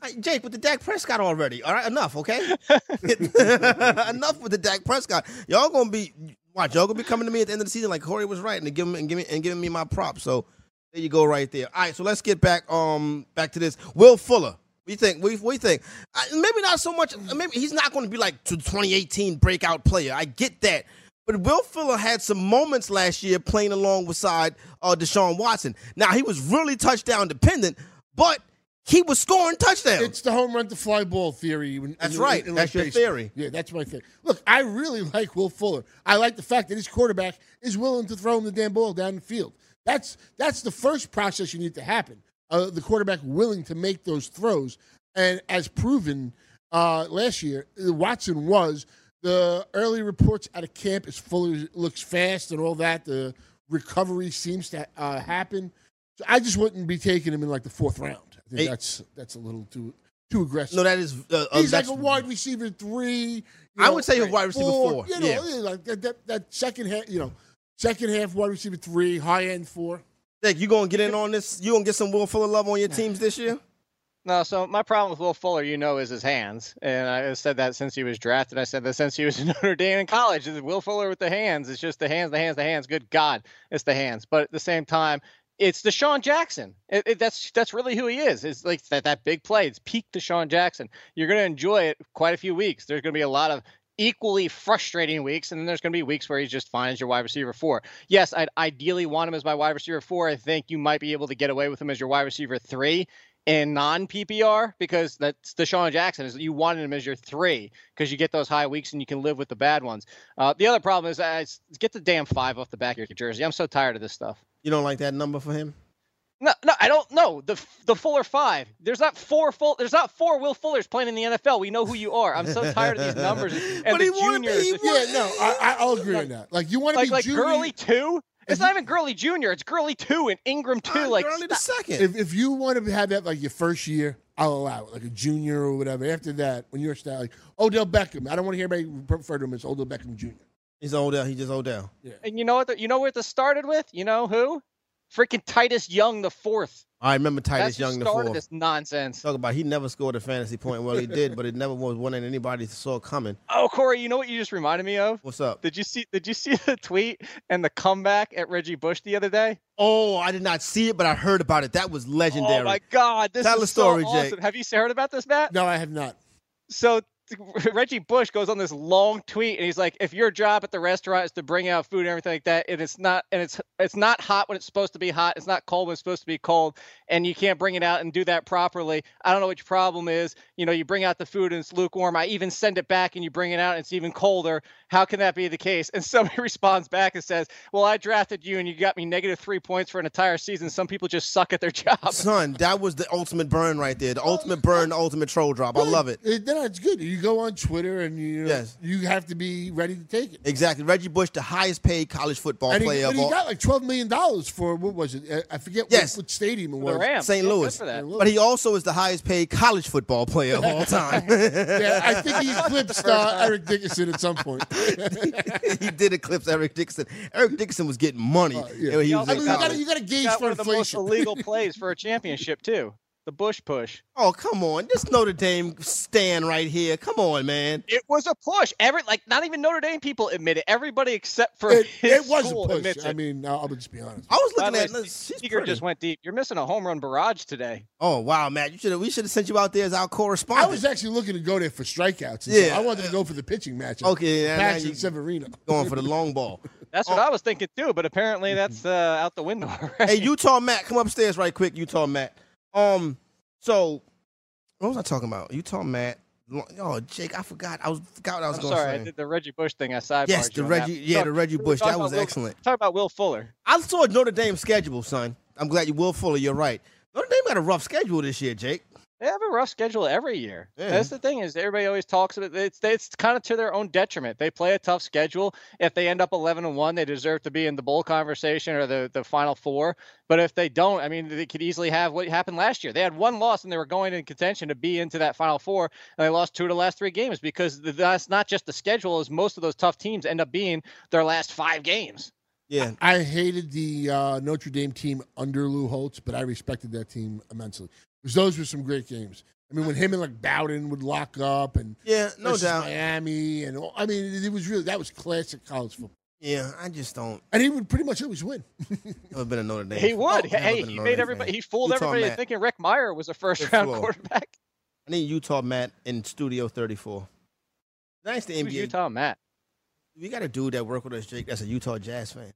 S3: Hey, Jake, with the Dak Prescott already. All right, enough, okay? enough with the Dak Prescott. Y'all gonna be watch. Y'all gonna be coming to me at the end of the season like Corey was right and give him and giving and giving me my props. So there you go, right there. All right, so let's get back um back to this. Will Fuller. What do you think? What do you- what do you think? I, maybe not so much. Maybe he's not going to be like the 2018 breakout player. I get that. But Will Fuller had some moments last year playing along with side uh, Deshaun Watson. Now he was really touchdown dependent, but he was scoring touchdowns.
S4: It's the home run to fly ball theory. in-
S3: That's
S4: in-
S3: right.
S4: in
S3: That's your
S4: baseball.
S3: theory.
S4: Yeah, that's my theory. Look, I really like Will Fuller. I like the fact that his quarterback is willing to throw him the damn ball down the field. That's that's the first process you need to happen. Uh, the quarterback willing to make those throws, and as proven uh, last year, uh, Watson was. The early reports out of camp is Fuller looks fast and all that. The recovery seems to uh, happen. So I just wouldn't be taking him in like the fourth round. I think
S3: Hey.
S4: that's that's a little too too aggressive.
S3: no, that is. Uh, uh,
S4: He's like
S3: that's-
S4: a wide receiver three. you
S3: I would say a wide receiver four,
S4: You know,
S3: yeah.
S4: like that, that, that second half, you know, second half wide receiver three, high end four.
S3: Jake, you gonna get in on this? You gonna get some Will Fuller love on your teams this year?
S5: No, so my problem with Will Fuller, you know, is his hands, and I said that since he was drafted. I said that since he was in Notre Dame in college. is Will Fuller with the hands, it's just the hands, the hands, the hands. Good God, it's the hands. But at the same time, it's Deshaun Jackson. It, it, that's that's really who he is. It's like that that big play. It's peak Deshaun Jackson. You're gonna enjoy it quite a few weeks. There's gonna be a lot of equally frustrating weeks, and then there's going to be weeks where he's just fine as your wide receiver four. Yes, I'd ideally want him as my wide receiver four. I think you might be able to get away with him as your wide receiver three in non PPR because that's Deshaun Jackson. Is you wanted him as your three because you get those high weeks and you can live with the bad ones. Uh, the other problem is uh, it's- get the damn five off the back of your jersey. I'm so tired of this stuff.
S3: You don't like that number for him?
S5: No, no, I don't know. The f- the Fuller five. There's not four full. There's not four Will Fullers playing in the NFL. We know who you are. I'm so tired of these numbers and
S3: But
S5: the
S3: he wanted to-
S5: juniors.
S3: he
S5: If you-
S4: Yeah, no, I, I- I'll agree on that. Like, you want to
S5: like
S4: be
S5: like
S4: junior-
S5: Gurley two. It's
S4: If
S5: not
S4: you-
S5: even Gurley Junior. It's Gurley two and Ingram two.
S3: Ah,
S5: like
S3: Gurley the
S5: stop-
S3: second.
S4: If, if you want to have that like your first year, I'll allow it, like a junior or whatever. After that, when you're a star, like Odell Beckham, I don't want to hear anybody refer to him as Odell Beckham Jr.
S3: He's Odell. He just Odell.
S5: and you know what? The, you know where this started with? You know who? Freaking Titus Young the fourth.
S3: I remember Titus
S5: That's who
S3: Young the
S5: started
S3: fourth.
S5: this nonsense.
S3: Talk about he never scored a fantasy point. Well, he did, but it never was one that anybody saw coming.
S5: Oh, Corey, you know what you just reminded me of?
S3: What's up?
S5: Did you see? Did you see the tweet and the comeback at Reggie Bush the other day?
S3: Oh, I did not see it, but I heard about it. That was legendary.
S5: Oh my God! This
S3: Tell
S5: is
S3: the story,
S5: so
S3: Jake.
S5: awesome. Have you heard about this, Matt?
S4: No, I have not.
S5: so Reggie Bush goes on this long tweet and he's like, if your job at the restaurant is to bring out food and everything like that, and it's not and it's it's not hot when it's supposed to be hot, it's not cold when it's supposed to be cold, and you can't bring it out and do that properly. I don't know what your problem is. You know, you bring out the food and it's lukewarm. I even send it back and you bring it out and it's even colder. How can that be the case? And somebody responds back and says, Well, I drafted you and you got me negative three points for an entire season. Some people just suck at their job.
S3: Son, that was the ultimate burn right there. The
S5: Oh,
S3: ultimate burn, the ultimate troll drop. I love it.
S4: Then uh, it's good. You go on Twitter and you
S3: Yes.
S4: you have to be ready to take it.
S3: Exactly. Reggie Bush, the highest paid college football
S4: And he,
S3: player
S4: but
S3: of
S4: he
S3: all.
S4: got like twelve million dollars for what was it? I- I forget
S3: Yes.
S4: what, what stadium it
S5: The
S4: was.
S5: Rams.
S3: St.
S5: Yeah, good
S3: Louis.
S5: for that.
S3: But he also is the highest paid college football player of all time.
S4: Yeah, I think he eclipsed uh, Eric Dickinson at some point.
S3: he did eclipse Eric Dixon. Eric Dixon was getting money.
S4: Uh, yeah.
S3: when he
S5: He
S3: was
S4: I
S3: in
S4: mean, you
S5: Exactly.
S4: got
S3: college.
S4: to you got to gauge
S5: got
S4: for
S5: one of the most
S4: inflation.
S5: illegal plays for a championship too. The Bush push.
S3: Oh, come on. This Notre Dame stand right here. Come on, man.
S5: It was a push. Every like not even Notre Dame people admit it. Everybody except for
S4: It,
S5: his
S4: it was a
S5: school
S4: push.
S5: admits
S4: I
S5: it.
S4: mean, I'll, I'll just be honest.
S3: I was
S5: By
S3: looking
S5: the
S3: at.
S5: way,
S3: look, she's
S5: Seager
S3: pretty.
S5: just went deep. You're missing a home run barrage today.
S3: Oh wow, Matt! You should have. We should have sent you out there as our
S4: I
S3: correspondent.
S4: was actually looking to go there for strikeouts. and
S3: Yeah.
S4: stuff. I wanted to go for the pitching match.
S3: Okay, yeah, now
S4: Pax
S3: you-
S4: and Severino.
S3: going for the long ball.
S5: That's
S3: Oh.
S5: what I was thinking too, but apparently that's uh, out the window. already.
S3: Mm-hmm. hey, Utah Matt, come upstairs right quick, Utah Matt. Um, so what was I talking about? Utah Matt, lo- oh Jake, I forgot. I was forgot what I was
S5: I'm
S3: going
S5: sorry, I
S3: to say.
S5: did the Reggie Bush thing. I sidebarred
S3: Yes,
S5: you
S3: the
S5: on that.
S3: Reggie, yeah,
S5: Talk-
S3: the Reggie
S5: we were
S3: Bush.
S5: talking
S3: That
S5: about
S3: was
S5: Will-
S3: excellent.
S5: Talk about Will Fuller.
S3: I saw Notre Dame's schedule, son. I'm glad you will Fuller. You're right. Notre Dame got a rough schedule this year, Jake.
S5: They have a rough schedule every year.
S3: Yeah.
S5: That's the thing is everybody always talks about it's it's kind of to their own detriment. They play a tough schedule. If they end up 11 and 1, they deserve to be in the bowl conversation or the the final four. But if they don't, I mean, they could easily have what happened last year. They had one loss and they were going in contention to be into that final four, and they lost two of the last three games because th- that's not just the schedule. Is most of those tough teams end up being their last five games.
S3: Yeah,
S4: I hated the uh, Notre Dame team under Lou Holtz, but I respected that team immensely because those were some great games. I mean, when him and like Bowden would lock up and
S3: yeah, no
S4: versus
S3: doubt.
S4: Miami and all, I mean, it was really that was classic college football,
S3: Yeah, I just don't.
S4: and he would pretty much always win.
S3: Never been a Notre Dame.
S5: He
S3: fan.
S5: would.
S3: Never
S5: hey,
S3: been a
S5: he
S3: Notre
S5: made
S3: Dame
S5: everybody.
S3: fan.
S5: He fooled
S3: Utah
S5: everybody
S3: Matt.
S5: thinking Rick Meyer was a first
S3: Good
S5: round
S3: flow.
S5: quarterback.
S3: I need Utah Matt in Studio 34. Nice to
S5: Who's
S3: NBA.
S5: Utah Matt?
S3: We got a dude that worked with us, Jake. That's a Utah Jazz fan.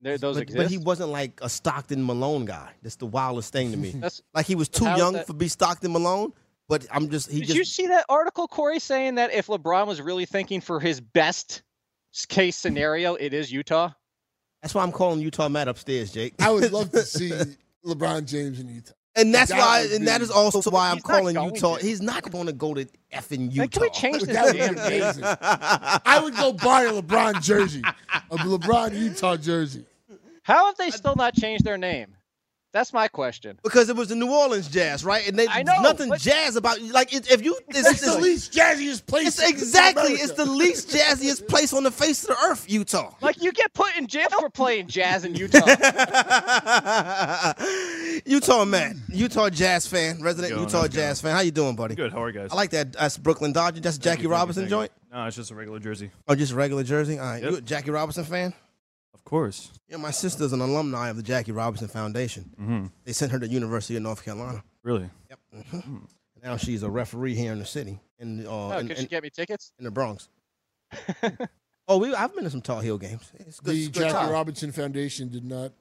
S5: There, those
S3: but,
S5: exist.
S3: but he wasn't like a Stockton Malone guy. That's the wildest thing to me.
S5: That's-
S3: like he was
S5: but
S3: too
S5: how is
S3: young
S5: that-
S3: for be Stockton Malone. But I'm just he
S5: Did
S3: just
S5: you see that article, Corey, saying that if LeBron was really thinking for his best s- case scenario, it is Utah?
S3: that's why I'm calling Utah Matt upstairs, Jake.
S4: I would love to see LeBron James in Utah.
S3: and that's
S4: That
S3: why
S4: would
S3: and
S4: be-
S3: that is also why I'm
S5: he's not
S3: calling
S5: going
S3: Utah.
S5: to.
S3: He's not going to go to effing Utah.
S5: Like, can we change this
S4: That would be
S5: damn thing?
S4: amazing. I would go buy a LeBron jersey, a LeBron Utah jersey.
S5: How have they still not changed their name? That's my question.
S3: because it was the New Orleans Jazz, right? And they,
S5: I know,
S3: nothing
S5: but-
S3: jazz about like it, if you it's,
S4: It's the least jazziest place.
S3: It's
S4: in
S3: exactly.
S4: America.
S3: It's the least jazziest place on the face of the earth, Utah.
S5: Like you get put in jail for playing jazz in Utah. Oh,
S3: Utah man, Utah Jazz fan, resident
S8: Going,
S3: Utah
S8: how's it
S3: Jazz fan. How you doing, buddy?
S8: Good. How are you guys?
S3: I like that. That's Brooklyn Dodger. That's
S8: Thank
S3: Jackie
S8: you, thank you,
S3: Robinson
S8: thank you.
S3: joint.
S8: No, it's just a regular jersey.
S3: Oh, just a regular jersey. All right.
S8: Yep.
S3: You a Jackie Robinson fan?
S8: Of course.
S3: Yeah, my sister's an alumni of the Jackie Robinson Foundation.
S8: Mm-hmm.
S3: They sent her to University of North Carolina.
S8: Really?
S3: Yep. Mhm. Now she's a referee here in the city, in the, uh,
S5: Oh,
S3: in,
S5: could
S3: in-
S5: you get me tickets?
S3: in the Bronx. oh, we. I've been to some Tar Heel games. It's good.
S4: The
S3: it's good
S4: Jackie
S3: time.
S4: Robinson Foundation did not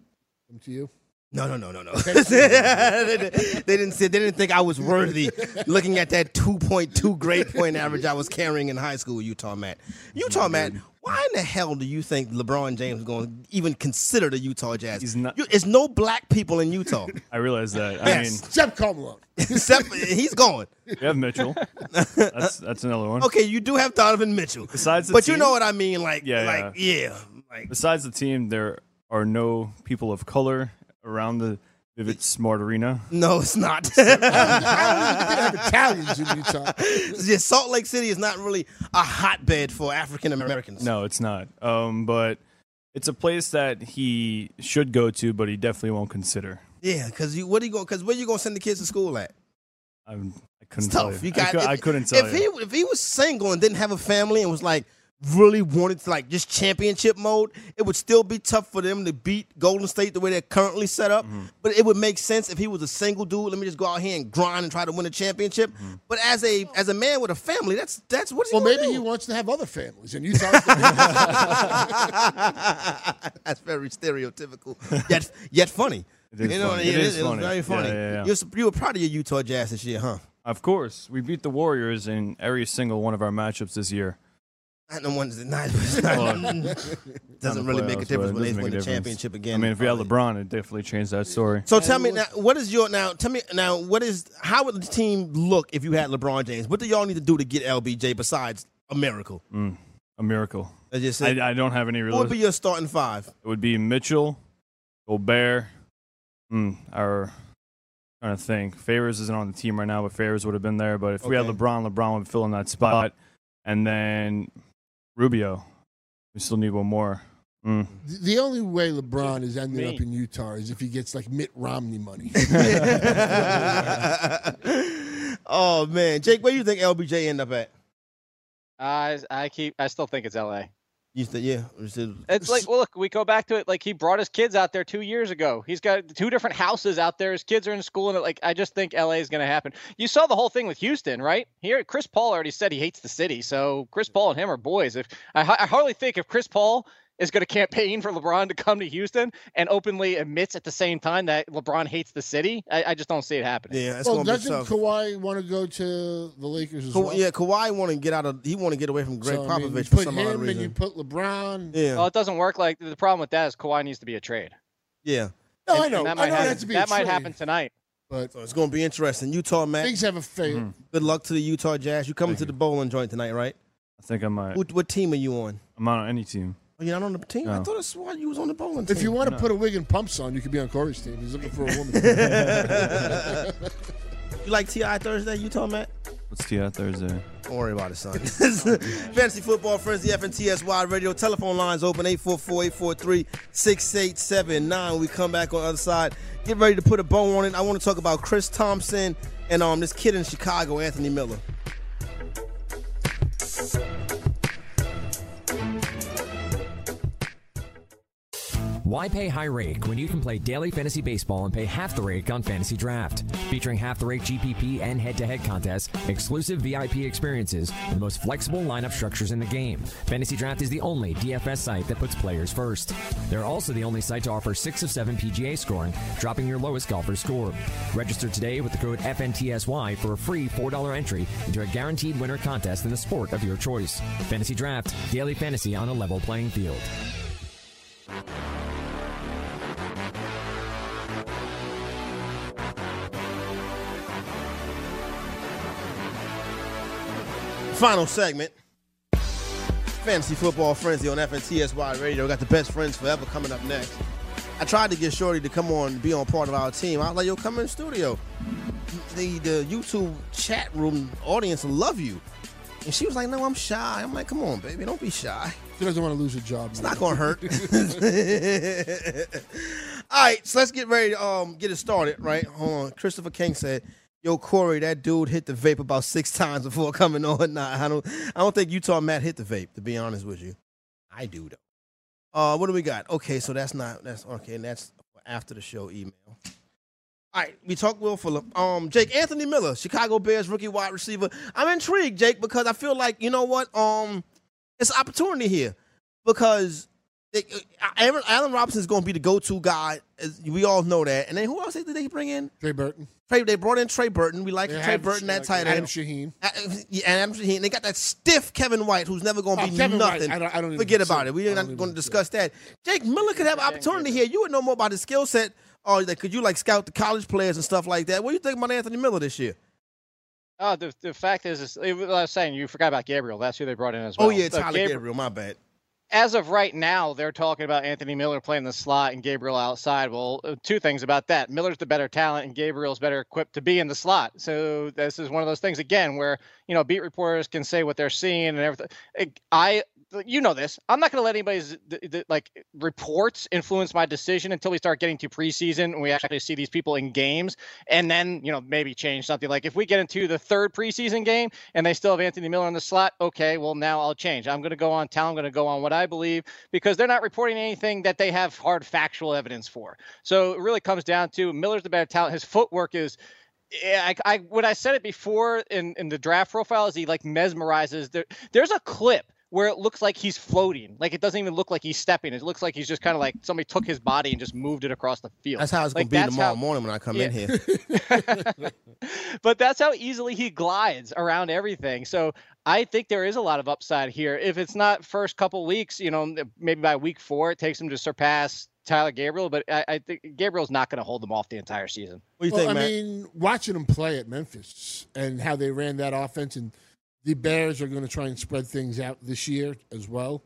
S4: come to you.
S3: No, no, no, no, no. they, they didn't say, they didn't think I was worthy looking at that 2.2 grade point average I was carrying in high school, Utah Matt. Utah Matt, why in the hell do you think LeBron James is going to even consider the Utah Jazz?
S8: He's not-
S3: You- it's no black people in Utah.
S8: I realize that. I mean,
S3: Yes.
S4: Jeff Comelon.
S3: Except he's going.
S8: we have Mitchell. That's that's another one.
S3: Okay, you do have Donovan Mitchell.
S8: Besides the
S3: but you
S8: team?
S3: know what I mean like
S8: Yeah,
S3: like yeah, like
S8: Besides the team, there are no people of color around the Vivid Smart Arena.
S3: no, it's not.
S4: They have Italians in Utah.
S3: Yeah, Salt Lake City is not really a hotbed for African Americans.
S8: No, it's not. Um, but it's a place that he should go to, but he definitely won't consider.
S3: Yeah, because you what are you going? Because where you going to send the kids to school at?
S8: I'm, I
S3: It's
S8: couldn't tell
S3: tough.
S8: you.
S3: You got.
S8: I, cou-
S3: if,
S8: I couldn't tell
S3: if
S8: you.
S3: he if he was single and didn't have a family and was like really wanted to like just championship mode, it would still be tough for them to beat Golden State the way they're currently set up.
S8: Mm-hmm.
S3: But it would make sense if he was a single dude. Let me just go out here and grind and try to win a championship.
S8: Mm-hmm.
S3: But as a as a man with a family, that's that's what.
S4: Well, maybe he
S3: do?
S4: wants to have other families, and Utah's the
S3: That's very stereotypical, yet yet funny.
S8: It is
S3: you know,
S8: funny. It
S3: was-
S8: is
S3: was
S8: funny.
S3: very
S8: Yeah,
S3: funny.
S8: yeah, yeah.
S3: You, was, you were proud of your Utah Jazz this year, huh?
S8: Of course, we beat the Warriors in every single one of our matchups this year.
S3: Not the ones that not,
S8: Not
S3: doesn't
S8: in the
S3: really make a
S8: playoffs,
S3: difference
S8: but
S3: when
S8: it
S3: they
S8: doesn't make
S3: win the
S8: a difference.
S3: championship again.
S8: I mean, if we had
S3: Probably.
S8: LeBron, it definitely changed that story.
S3: So tell me now, what is your now? Tell me now, what is how would the team look if you had LeBron James? What do y'all need to do to get LBJ besides a miracle?
S8: Mm, A miracle.
S3: I just
S8: I,
S3: said,
S8: I don't have any
S3: what would
S8: realistic.
S3: be your starting five?
S8: it would be Mitchell, Gobert, mm, our trying to think. Favors isn't on the team right now, but Favors would have been there. But if we had
S3: Okay.
S8: LeBron, LeBron would fill in that spot, and then Rubio. We still need one more. Mm.
S4: The only way LeBron is ending
S5: Me.
S4: up in Utah is if he gets like Mitt Romney money.
S3: oh man, Jake, where you think LBJ end up at?
S5: I I keep I still think it's L.A.
S3: You said yeah. you said-
S5: It's like, well, look, we go back to it. Like he brought his kids out there two years ago. He's got two different houses out there. His kids are in school, and like, I just think LA is going to happen. You saw the whole thing with Houston, right? Here, Chris Paul already said he hates the city, so Chris Paul and him are boys. If I, I hardly think if Chris Paul is going to campaign for LeBron to come to Houston and openly admits at the same time that LeBron hates the city. I, I just don't see it happening.
S3: Yeah, that's
S4: well,
S3: gonna be
S4: doesn't
S3: tough.
S4: Kawhi want to go to the Lakers as
S3: Ka-
S4: well?
S3: yeah, Kawhi want to get out of. He want to get away from Greg
S4: So, I
S3: Popovich
S4: mean, you
S3: for
S4: put
S3: some
S4: him
S3: odd
S4: and you
S3: reason.
S4: put LeBron.
S3: yeah,
S5: Well, it doesn't work like the problem with that is Kawhi needs to be a trade.
S3: yeah.
S4: No, I
S5: And
S4: know.
S5: that
S4: I
S5: might
S4: know it
S5: happen,
S4: has to be a
S5: that might
S4: trade,
S5: happen tonight.
S4: But
S3: So it's gonna be interesting. Utah, man. Mm-hmm.
S4: things have a fate.
S3: Good luck to the Utah Jazz. You coming
S8: Thank
S3: to
S8: you.
S3: the bowling joint tonight, right?
S8: I think I might.
S3: What, what team are you on?
S8: I'm not on any team.
S3: Are you not on the team? I
S8: No.
S3: thought that's why you was on the bowling team.
S4: If you want to put a wig and pumps on, you could be on Corey's team. He's looking for a woman.
S3: you like Ti Thursday, Utah, Matt?
S8: What's TI Thursday?
S3: Don't worry about it, son. Fantasy Football Friends, the FNTSY Radio. Telephone lines open 844-843-6879. When we come back on the other side, get ready to put a bone on it. I want to talk about Chris Thompson and um this kid in Chicago, Anthony Miller.
S9: Why pay high rake when you can play daily fantasy baseball and pay half the rake on Fantasy Draft? Featuring half the rake GPP and head to head contests, exclusive VIP experiences, and the most flexible lineup structures in the game. Fantasy Draft is the only DFS site that puts players first. They're also the only site to offer 6 of 7 PGA scoring, dropping your lowest golfer's score. Register today with the code FNTSY for a free $4 entry into a guaranteed winner contest in the sport of your choice. Fantasy Draft, daily fantasy on a level playing field.
S3: Final segment. Fantasy Football Frenzy on FNTSY Radio. Got the best friends forever coming up next. I tried to get Shorty to come on and be on part of our team. I was like, yo, come in the studio. The, the YouTube chat room audience love you. And she was like, no, I'm shy. I'm like, come on, baby, don't be shy.
S4: She doesn't want to lose her job.
S3: It's not gonna hurt. All right, so let's get ready to um get it started, right? Hold on. Christopher King said, Yo, Corey, that dude hit the vape about six times before coming on. Nah, I don't I don't think Utah Matt hit the vape, to be honest with you. I do though. Uh what do we got? Okay, so that's not that's okay, and that's after the show email. All right, we talked Will Phillip. Um, Jake Anthony Miller, Chicago Bears rookie wide receiver. I'm intrigued, Jake, because I feel like you know what? Um, it's an opportunity here because they, uh, Aaron, Allen Robinson is going to be the go-to guy. As we all know that. And then who else did they bring in?
S4: Trey Burton.
S3: Trey, they brought in Trey Burton. We like
S4: They
S3: Trey
S4: have,
S3: Burton, that
S4: uh,
S3: tight
S4: Adam
S3: end.
S4: Shaheen.
S3: Uh, yeah, And Adam Shaheen. They got that stiff Kevin White, who's never going to
S4: Oh,
S3: be
S4: Kevin White.
S3: nothing.
S4: I don't- I don't even
S3: Forget
S4: consider-
S3: about it. We're
S4: I don't
S3: not
S4: even
S3: going to
S4: consider.
S3: discuss that. Jake Miller could have an opportunity here. You would know more about his skill set. Or like, could you like scout the college players and stuff like that? What do you think about Anthony Miller this year?
S5: Oh, the, the fact is, is, it was- I was saying you forgot about Gabriel. That's who they brought in as well.
S3: Oh yeah,
S5: So
S3: Tyler
S5: Gabri-
S3: Gabriel. My bad.
S5: as of right now, they're talking about Anthony Miller playing the slot and Gabriel outside. Well, uh, two things about that. Miller's the better talent and Gabriel's better equipped to be in the slot. So this is one of those things again where, you know, beat reporters can say what they're seeing and everything. Like, I you know this. I'm not going to let anybody's th- th- like reports influence my decision until we start getting to preseason and we actually see these people in games and then, you know, maybe change something. Like if we get into the third preseason game and they still have Anthony Miller in the slot, okay, well now I'll change. I'm going to go on talent. I'm going to go on what I believe because they're not reporting anything that they have hard factual evidence for. So it really comes down to Miller's the better talent. His footwork is. I, I when I said it before in, in the draft profile is he like mesmerizes. There, there's a clip where it looks like he's floating, like it doesn't even look like he's stepping. It looks like he's just kind of like somebody took his body and just moved it across the field.
S3: That's how it's
S5: Like,
S3: going to be tomorrow
S5: that's how-
S3: morning when I come in
S5: Yeah.
S3: here.
S5: but that's how easily he glides around everything. So I think there is a lot of upside here. If it's not first couple weeks, you know, maybe by week four, it takes him to surpass Tyler Gabriel. But I, I think Gabriel's not going to hold them off the entire season.
S3: What do you
S4: Well,
S3: think,
S4: I
S3: Matt?
S4: mean, watching him play at Memphis and how they ran that offense, and the Bears are going to try and spread things out this year as well.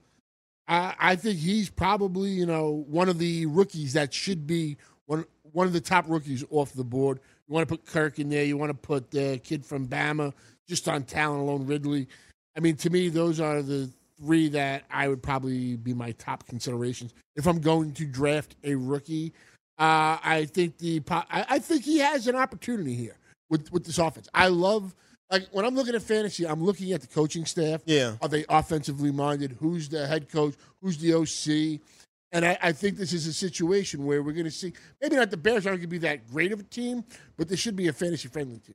S4: I, I think he's probably you know one of the rookies that should be one one of the top rookies off the board. You want to put Kirk in there. You want to put the kid from Bama just on talent alone. Ridley. I mean, to me, those are the three that I would probably be my top considerations if I'm going to draft a rookie. Uh, I think the po- I, I think he has an opportunity here with with this offense. I love like when I'm looking at fantasy, I'm looking at the coaching staff.
S3: Yeah.
S4: Are they offensively minded? Who's the head coach? Who's the OC? And I, I think this is a situation where we're going to see maybe not the Bears aren't going to be that great of a team, but they should be a fantasy friendly team.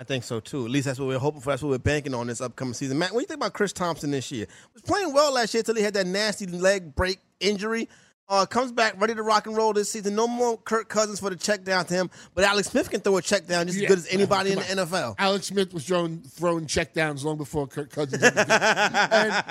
S3: I think so too. At least that's what we're hoping for. That's what we're banking on this upcoming season. Matt, what do you think about Chris Thompson this year? Was playing well last year till he had that nasty leg break injury. Uh, comes back ready to rock and roll this season. No more Kirk Cousins for the check down to him, but Alex Smith can throw a check down just as good as anybody in the NFL.
S4: Alex Smith was throwing, throwing checkdowns long before Kirk Cousins. ever did. And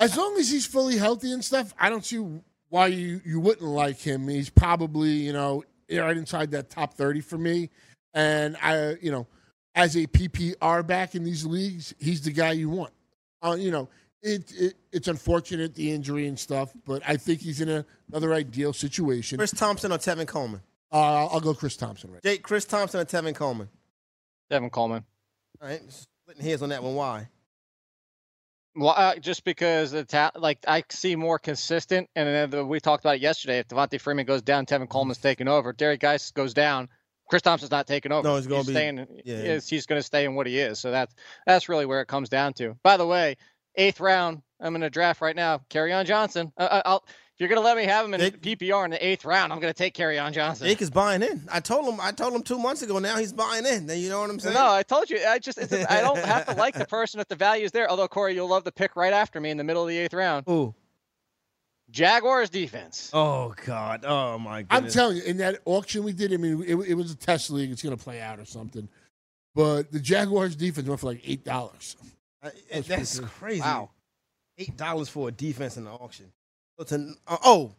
S4: as long as he's fully healthy and stuff, I don't see why you, you wouldn't like him. He's probably you know right inside that top thirty for me, and I you know as a PPR back in these leagues, he's the guy you want. Uh, you know. It, it it's unfortunate the injury and stuff, but I think he's in a, another ideal situation.
S3: Chris Thompson or Tevin Coleman?
S4: Uh, I'll go Chris Thompson right.
S3: Jake, Chris Thompson or Tevin Coleman?
S5: Devin Coleman.
S3: All right, splitting hairs on that one. Why?
S5: Well, uh, just because the ta- like I see more consistent, and then the, we talked about it yesterday. If Devontae Freeman goes down, Tevin Coleman's
S3: Mm-hmm.
S5: taking over. Derek Geis goes down. Chris Thompson's not taking over.
S3: No, he's gonna be-
S5: staying.
S3: yeah.
S5: is- he's going to stay in what he is. So that's that's really where it comes down to. By the way, eighth round. I'm in a draft right now. Carry on Johnson. Uh, Uh, I'll, if you're going to let me have him in PPR in the eighth round, I'm going to take Carry on Johnson.
S3: Jake is buying in. I told him. I told him two months ago. Now he's buying in. Then you know what I'm saying?
S5: No, I told you. I just it's, I don't have to like the person if the value is there. Although Corey, you'll love the pick right after me in the middle of the eighth round.
S3: Ooh.
S5: Jaguars defense.
S3: Oh God. Oh my
S4: I'm telling you, in that auction we did, I mean, it, it was a test league. It's going to play out or something. But the Jaguars defense went for like eight dollars.
S3: Uh, That's
S4: pretty good.
S3: crazy. Wow. Eight dollars for a defense in the auction. So to, uh, oh,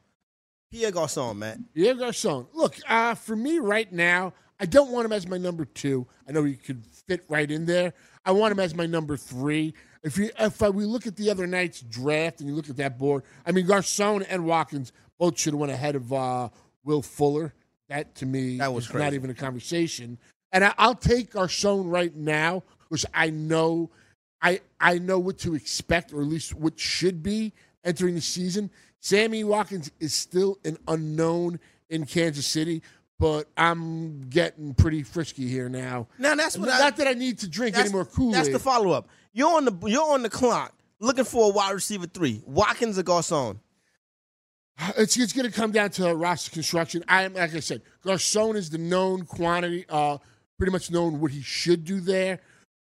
S3: Pierre Garcon, man.
S4: Pierre Garcon. Look, uh, for me right now, I don't want him as my number two. I know he could fit right in there. I want him as my number three. If you, if I, we look at the other night's draft and you look at that board, I mean, Garcon and Watkins both should have went ahead of uh, Will Fuller. That to me, that was not
S3: crazy.
S4: even a conversation. And I, I'll take Garcon right now because I know, I I know what to expect, or at least what should be entering the season. Sammy Watkins is still an unknown in Kansas City, but I'm getting pretty frisky here now.
S3: Now that's what.
S4: not
S3: I,
S4: that I need to drink any
S3: that's-
S4: more Kool
S3: That's
S4: Aid.
S3: the follow up. You're on the you're on the clock looking for a wide receiver three. Watkins or Garcon?
S4: It's, it's going to come down to roster construction. I am, like I said, Garcon is the known quantity, uh, pretty much known what he should do there.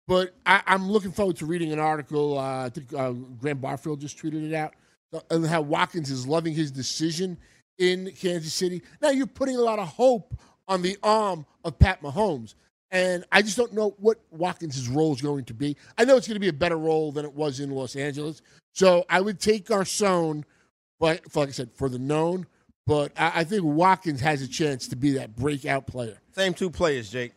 S4: But I, I'm looking forward to reading an article. Uh, I think uh, Graham Barfield just tweeted it out, uh, and how Watkins is loving his decision in Kansas City. Now you're putting a lot of hope on the arm of Pat Mahomes, and I just don't know what Watkins' role is going to be. I know it's going to be a better role than it was in Los Angeles, so I would take Garcon but for, like I said, for the known. But I, I think Watkins has a chance to be that breakout player.
S3: Same two players, Jake.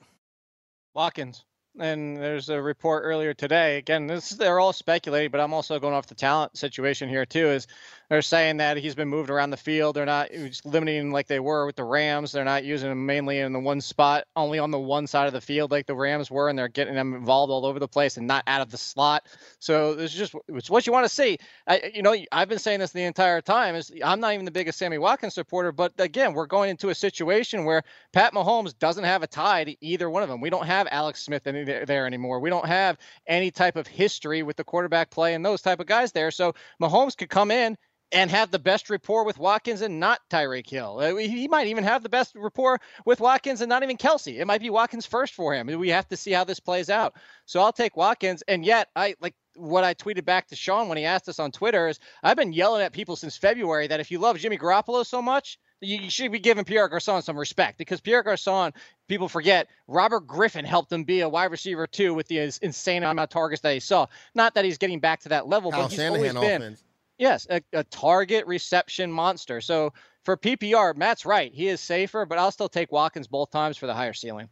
S5: Watkins. And there's a report earlier today. Again, this they're all speculating, but I'm also going off the talent situation here too. Is they're saying that he's been moved around the field. They're not just limiting him like they were with the Rams. They're not using him mainly in the one spot, only on the one side of the field like the Rams were, and they're getting him involved all over the place and not out of the slot. So this is just it's what you want to see. I, you know, I've been saying this the entire time. Is I'm not even the biggest Sammy Watkins supporter, but again, we're going into a situation where Pat Mahomes doesn't have a tie to either one of them. We don't have Alex Smith any, there anymore. We don't have any type of history with the quarterback play and those type of guys there. So Mahomes could come in and have the best rapport with Watkins and not Tyreek Hill. Uh, He he might even have the best rapport with Watkins and not even Kelsey. It might be Watkins first for him. We have to see how this plays out. So I'll take Watkins. And yet, I like what I tweeted back to Sean when he asked us on Twitter is I've been yelling at people since February that if you love Jimmy Garoppolo so much, you, you should be giving Pierre Garcon some respect because Pierre Garcon, people forget, Robert Griffin helped him be a wide receiver too with the ins- insane amount of targets that he saw. Not that he's getting back to that level,
S3: Kyle
S5: but he's always
S3: Shanahan
S5: been.
S3: offense.
S5: Yes, a, a target reception monster. So for PPR, Matt's right. He is safer, but I'll still take Watkins both times for the higher ceiling.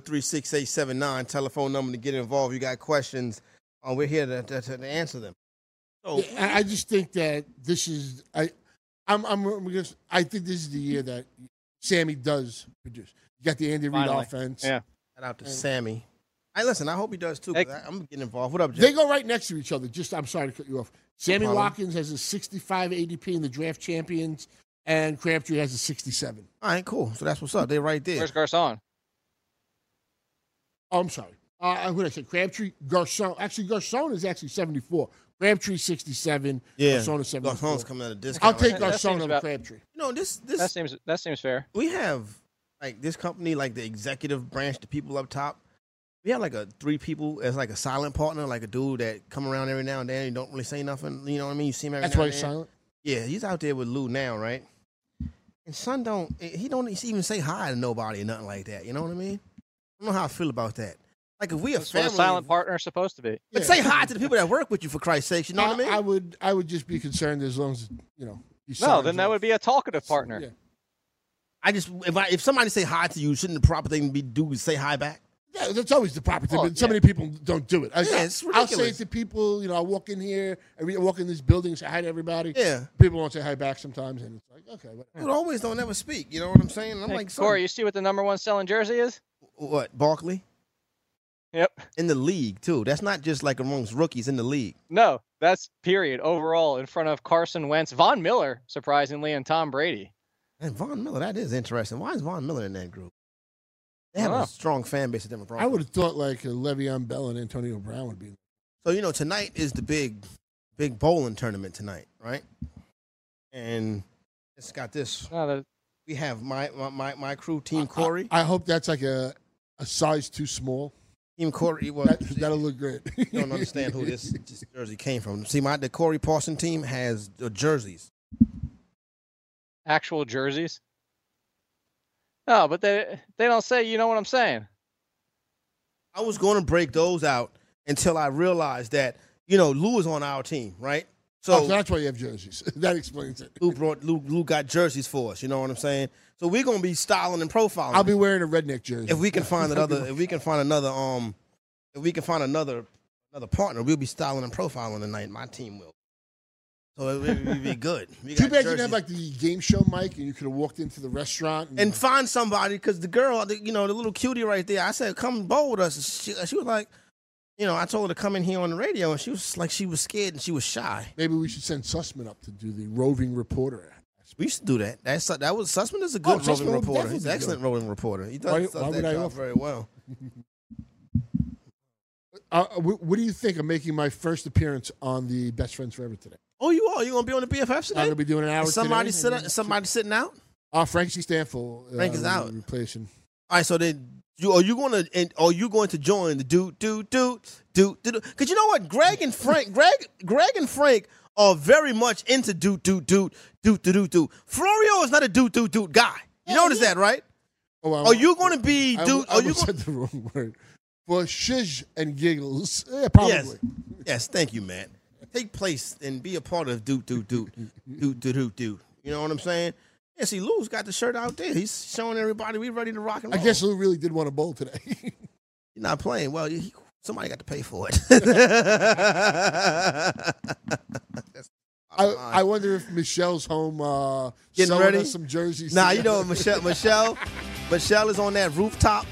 S3: 844-843-6879. Telephone number to get involved. You got questions. Uh, we're here to, to, to answer them. So
S4: Yeah, I I just think that this is I, I'm I'm, I'm just, I think this is the year that Sammy does produce. You got the Andy Reid
S5: Finally.
S4: offense.
S5: Yeah.
S3: shout out to Sammy. Hey, listen, I hope he does too. 'cause I, am getting involved. What up, Jake?
S4: They go right next to each other. Just I'm sorry to cut you off. Sammy
S3: problem.
S4: Watkins has a 65 ADP in the draft champions, and Crabtree has a 67.
S3: All right, cool. So that's what's up. They right there.
S5: Where's Garcon?
S4: Oh, I'm sorry. Uh, what did I say? Crabtree, Garcon. Actually, Garcon is actually 74. Crabtree 67.
S3: Yeah.
S4: Garcon is 74.
S3: Garcon's coming at a
S4: I'll
S3: discount. right now.
S4: take
S5: That
S4: Garcon
S5: seems
S4: over
S5: about-
S4: Crabtree.
S3: You know, this this
S5: That seems that seems fair.
S3: we have like this company, like the executive branch, the people up top. We have like a three people as like a silent partner, like a dude that come around every now and then and don't really say nothing. You know what I mean? You see him every
S4: That's
S3: now
S4: why
S3: and
S4: he's
S3: then.
S4: silent?
S3: Yeah, he's out there with Lou now, right? And son don't eh, he don't even say hi to nobody or nothing like that. You know what I mean? I don't know how I feel about that. Like if we a
S5: That's
S3: family,
S5: what a silent partner is supposed to be.
S3: but say hi to the people that work with you for Christ's sake. You know what I mean?
S4: I would I would just be concerned as long as you know. you
S5: No,
S4: sound
S5: then that would be a talkative partner.
S4: Yeah.
S3: I just if I if somebody say hi to you, shouldn't the proper thing be do is say hi back?
S4: Yeah, that's always the proper thing,
S3: Oh,
S4: but so
S3: yeah.
S4: many people don't do it. I,
S3: Yeah, it's
S4: I'll say it
S3: ridiculous.
S4: to people, you know, I walk in here, I re- walk in this building, say hi to everybody.
S3: Yeah.
S4: People won't say hi back sometimes, and it's like, okay, what?
S3: Dude, always don't ever speak. You know what I'm saying? I'm
S5: Hey,
S3: like son,
S5: Corey, you see what the number one selling jersey is?
S3: what Barkley
S5: Yep.
S3: in the league too. That's not just like amongst rookies in the league.
S5: No, that's period overall in front of Carson Wentz, Von Miller, surprisingly, and Tom Brady.
S3: And Von Miller, that is interesting. Why is Von Miller in that group? They have
S5: Wow.
S3: a strong fan base at Denver Broncos.
S4: I would have thought like uh, Le'Veon Bell and Antonio Brown would be.
S3: So you know, tonight is the big, big bowling tournament tonight, right? And it's got this.
S5: No, the-
S3: We have my my my, my crew, Team Corey,
S4: I, I hope that's like a a size too small.
S3: Team Corey. Well,
S4: That, that'll look great.
S3: you don't understand who this, this jersey came from. See, my the Corey Parson team has the jerseys.
S5: actual jerseys. No, but they they don't say. You know what I'm saying?
S3: I was going to break those out until I realized that you know Lou is on our team, right? So,
S4: Oh, so that's why you have jerseys. that explains it.
S3: Lou brought Lou, Lou got jerseys for us. You know what I'm saying? So we're gonna be styling and profiling.
S4: I'll be wearing a redneck jersey.
S3: if we can find another if we can find another um if we can find another another partner we'll be styling and profiling tonight my team will so it will be good We
S4: Too
S3: got
S4: bad you didn't have
S3: jerseys.
S4: like the game show mic, and you could have walked into the restaurant and,
S3: and find somebody because the girl the, you know the little cutie right there i said come bowl with us she, she was like you know i told her to come in here on the radio and she was like she was scared and she was shy
S4: maybe we should send Sussman up to do the roving reporter.
S3: we used to do that. That's that was Sussman is a good
S4: Oh, Sussman
S3: roving
S4: would
S3: reporter. He's an
S4: definitely be
S3: excellent roving reporter. He
S4: Why-
S3: does, does
S4: why
S3: that
S4: would I
S3: job
S4: offer?
S3: very well.
S4: Uh, what, what do you think of making my first appearance on the Best Friends Forever today?
S3: Oh, you are. You gonna be on the BFFs
S4: I'm gonna
S3: today?
S4: be doing an hour.
S3: Is somebody
S4: today,
S3: sit
S4: and then-
S3: out, somebody sitting out.
S4: Oh, Frankie Stanfield. Uh,
S3: Frank is out.
S4: Replacing.
S3: All right, so then you are you going to and are you going to join the do do do do do? Because you know what, Greg and Frank, Greg, Greg and Frank are very much into do do do do do do do. Florio is not a do do do guy. You notice that, right?
S4: Oh, I-
S3: Are you going to be
S4: I,
S3: do?
S4: I,
S3: Are you?
S4: almost
S3: Going,
S4: said the wrong word. For shiz and giggles, yeah, probably.
S3: yes, yes. Thank you, man. Take place and be a part of do do do do do do do. You know what I'm saying? Yeah, see, Lou's got the shirt out there. He's showing everybody we ready to rock and
S4: I
S3: roll.
S4: guess Lou really did want to bowl today.
S3: You're not playing. Well, you, somebody got to pay for it. That's
S4: I,
S3: bottom line.
S4: I wonder if Michelle's home uh,
S3: Getting
S4: selling
S3: ready?
S4: us some jerseys.
S3: nah,
S4: today.
S3: you know what, Michelle. Michelle, Michelle is on that rooftop.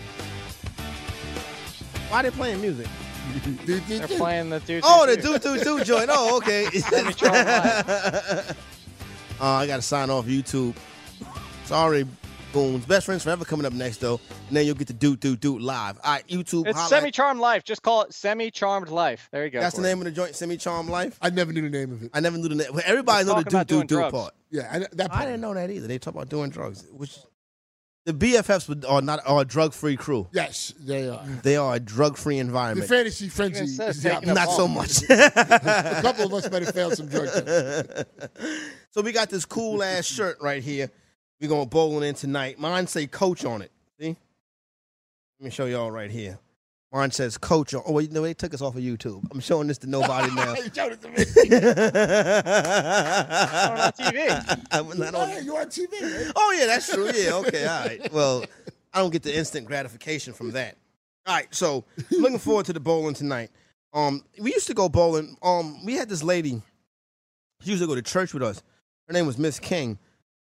S3: Why they playing music?
S4: Dude, dude,
S5: They're
S4: dude.
S5: playing the dude.
S3: Oh, the do do do joint. Oh, okay.
S5: Charm Live.
S3: Uh, I got to sign off YouTube. Sorry, Booms. Best friends forever coming up next though. And then you'll get the do do do live. All right, YouTube.
S5: It's
S3: holla.
S5: semi charmed life. Just call it semi charmed life. There you go.
S3: That's the
S5: Corey.
S3: name of the joint. Semi Charm Life.
S4: I never knew the name of it.
S3: I never knew the name. Well, everybody
S5: Let's
S3: know
S5: talk
S3: the
S5: about
S3: do do
S5: doing
S3: do
S5: drugs.
S3: part.
S4: Yeah, I, that
S3: I didn't know that either. They talk about doing drugs, which the BFFs would- are not are a drug free crew.
S4: Yes, they are.
S3: They are a drug free
S4: The
S3: environment.
S4: fantasy frenzy.
S5: Even says
S4: is the
S5: taking
S4: opposite.
S5: a
S3: Not so much.
S5: bump.
S4: a couple of us might have failed some drug tests.
S3: so we got this cool ass shirt right here. We're going bowling in tonight. Mine say coach on it. See? Let me show y'all right here. Mine says coach on. Oh, wait, no, they took us off of YouTube. I'm showing this to nobody now.
S4: Hey, show it to me.
S3: on
S5: TV.
S3: I'm not on
S4: Hey, you on TV? right?
S3: Oh yeah, that's true. Yeah, okay, all right. Well, I don't get the instant gratification from that. All right, so looking forward to the bowling tonight. Um, we used to go bowling. Um, we had this lady. She used to go to church with us. Her name was Miss King.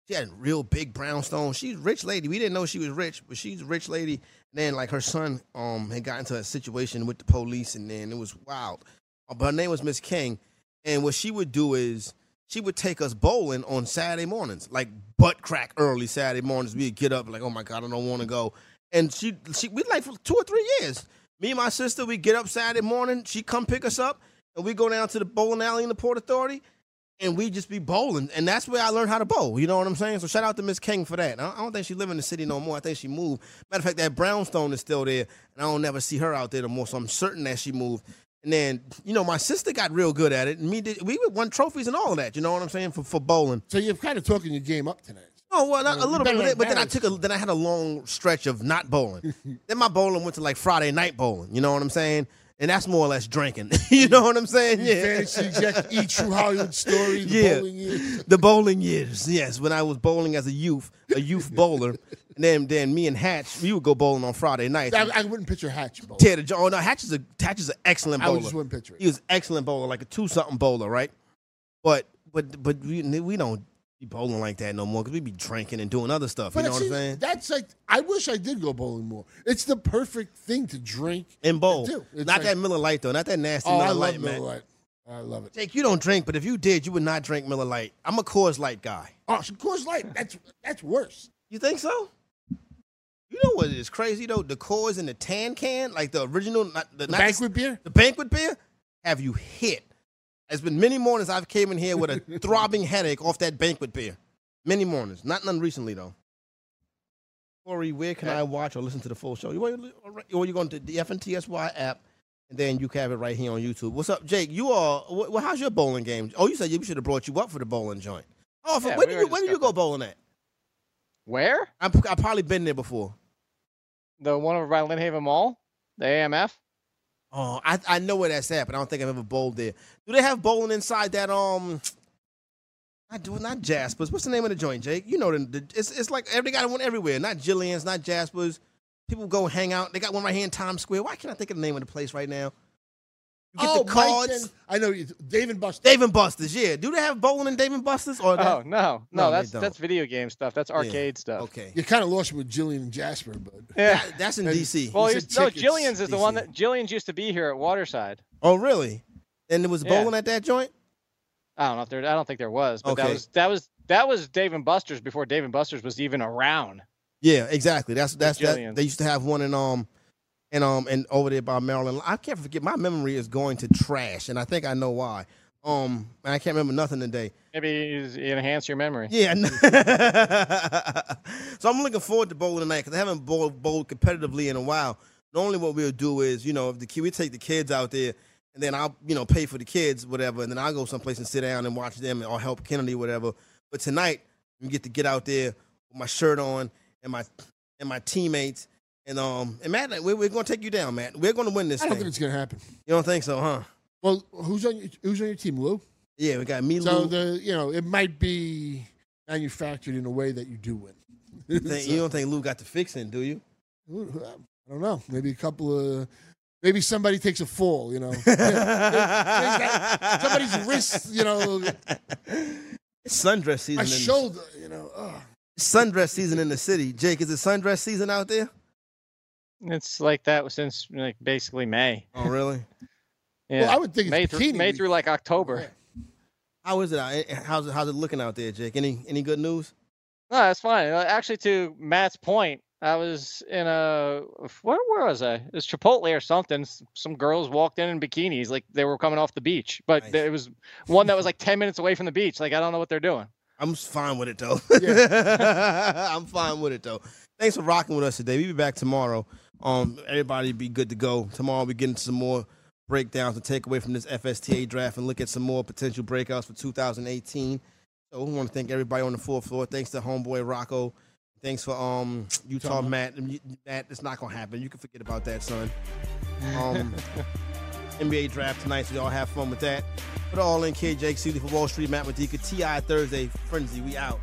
S3: She had real big brownstone. She's a rich lady. We didn't know she was rich, but she's a rich lady. And then like her son um had gotten into a situation with the police, and then it was wild. Uh, But her name was Miss King, and what she would do is she would take us bowling on Saturday mornings, like butt crack early Saturday mornings. We'd get up like, oh my god, I don't want to go. And she, she, we like for two or three years. Me and my sister, we get up Saturday morning. She come pick us up, and we go down to the bowling alley in the Port Authority, and we just be bowling. And that's where I learned how to bowl. You know what I'm saying? So shout out to Miss King for that. I I don't think she live in the city no more. I think she moved. Matter of fact, that brownstone is still there, and I don't never see her out there no more. So I'm certain that she moved. And then you know my sister got real good at it, and me did, we won trophies and all of that. You know what I'm saying for for bowling.
S4: So you're kind of talking your game up tonight.
S3: Oh well, not- a little
S4: better
S3: bit, but then- but then
S4: than
S3: I
S4: Paris.
S3: took a then I had a long stretch of not bowling. then my bowling went to like Friday night bowling. You know what I'm saying? And that's more or less drinking. you know what I'm saying?
S4: You fantasy exec, E! True Hollywood story, the
S3: yeah.
S4: bowling years.
S3: The bowling years, yes. When I was bowling as a youth, a youth bowler, and then then me and Hatch, we would go bowling on Friday nights.
S4: I, I wouldn't picture Hatch bowling.
S3: Tear the jaw. Oh, no, Hatch is a Hatch is an excellent
S4: I
S3: bowler.
S4: would just wouldn't picture it.
S3: He was excellent bowler, like a two something bowler, right? But but but we we don't be bowling like that no more because we be drinking and doing other stuff. you
S4: But
S3: know what I'm
S4: see,
S3: saying?
S4: That's like I wish I did go bowling more. It's the perfect thing to drink.
S3: And bowl.
S4: do. It's
S3: Not
S4: like-
S3: that Miller Light though. Not that nasty
S4: Oh,
S3: Miller
S4: I love
S3: Light,
S4: Miller
S3: man.
S4: Lite. I love it.
S3: Jake, you don't drink, but if you did, you would not drink Miller Light. I'm a Coors Light guy.
S4: Oh, so Coors Light. That's that's worse.
S3: You think so? You know what is crazy though? The Coors in the tan can, like the original, not the,
S4: The
S3: not
S4: banquet beer.
S3: the, the banquet beer. Have you hit? It's been many mornings I've came in here with a throbbing headache off that banquet beer. Many mornings, not none recently though. Corey, where can I watch or listen to the full show? You want or you going to the FNTSY app, and then you can have it right here on YouTube. What's up, Jake? You are. wh- Well, how's your bowling game? Oh, you said we should have brought you up for the bowling joint. Oh, for,
S5: Yeah,
S3: when
S5: we
S3: did you
S5: already
S3: when did you go
S5: discussed
S3: bowling at?
S5: Where?
S3: I'm, I've probably been there before.
S5: The one over by Lynn Haven Mall? The AMF?
S3: Oh, I I know where that's at, but I don't think I've ever bowled there. Do they have bowling inside that um? I do not Jasper's. What's the name of the joint, Jake? You know the, the it's it's like every they got one everywhere. Not Jillian's, not Jasper's. People go hang out. They got one right here in Times Square. Why can't I think of the name of the place right now? You get
S4: oh,
S3: the cards.
S4: Mike and- I know you, Dave and Buster.
S3: Dave and Buster's, yeah. Do they have bowling and Dave and Buster's? Or that-
S5: Oh no,
S3: No,
S5: no,
S3: they
S5: that's
S3: don't.
S5: that's video game stuff. That's arcade stuff.
S3: okay,
S4: You kind of lost me with Jillian and Jasper, but
S5: Yeah.
S3: That- that's in
S4: And-
S3: DC.
S5: Well,
S4: said
S5: you no,
S4: tickets,
S5: Jillian's is the one
S3: DC.
S5: that Jillian's used to be here at Waterside.
S3: oh, really? And there was
S5: Yeah.
S3: bowling at that joint.
S5: I don't know if there. I don't think there was, but
S3: Okay.
S5: that was that was that was Dave and Buster's before Dave and Buster's was even around.
S3: Yeah, exactly. That's that's that.
S5: Jillian.
S3: They used to have one in um, and um, and over there by Maryland. I can't forget. My memory is going to trash, and I think I know why. Um, and I can't remember nothing today.
S5: Maybe you- you enhance your memory.
S3: Yeah. I know. so I'm looking forward to bowling tonight because I haven't bowled, bowled competitively in a while. Normally, what we'll do is, you know, if the kid, we take the kids out there, and then I'll, you know, pay for the kids, whatever, and then I'll go someplace and sit down and watch them or help Kennedy, whatever. But tonight, we get to get out there with my shirt on and my and my teammates. And um, and Matt, we're, we're gonna take you down, Matt. We're gonna win this
S4: I don't
S3: thing.
S4: think it's gonna happen.
S3: you don't think so, huh?
S4: Well, who's on your, who's on your team, Lou?
S3: Yeah, we got me,
S4: So
S3: Lou.
S4: the you know it might be manufactured in a way that you do win.
S3: Think-
S4: So-
S3: you don't think Lou got the fixing, do you?
S4: Who- who- I don't know. Maybe a couple of, maybe somebody takes a fall. You know, somebody's wrist. You know,
S3: It's sundress season.
S4: my
S3: in the-
S4: shoulder. You know, ugh.
S3: sundress season in the city. Jake, is it sundress season out there?
S5: It's like that since like basically May.
S3: Oh, really?
S5: Yeah.
S4: I would think it's
S5: May through
S4: bikini
S5: May
S4: week.
S5: through like October.
S4: Yeah.
S3: How is it? out- eh, How's it, how's it looking out there, Jake? Any any good news?
S5: No, that's fine. Uh, Actually, to Matt's point, I was in a f- where, where was I? It was Chipotle or something. S- Some girls walked in in bikinis, like they were coming off the beach, but
S3: Nice.
S5: there was one that was like ten minutes away from the beach. Like I don't know what they're doing.
S3: I'm s- fine with it though. I'm fine with it though. Thanks for rocking with us today. We'll be back tomorrow. Um, everybody be good to go. Tomorrow we get into some more breakdowns and take away from this FSTA draft and look at some more potential breakouts for 2018. So we want to thank everybody on the fourth floor. Thanks to homeboy Rocco. Thanks for um Utah Matt. Matt, it's not gonna happen. You can forget about that, son. Um, NBA draft tonight, so y'all have fun with that. Put all in kid Jake Seeley for Wall Street, Matt Medica, TI Thursday, Frenzy, we out.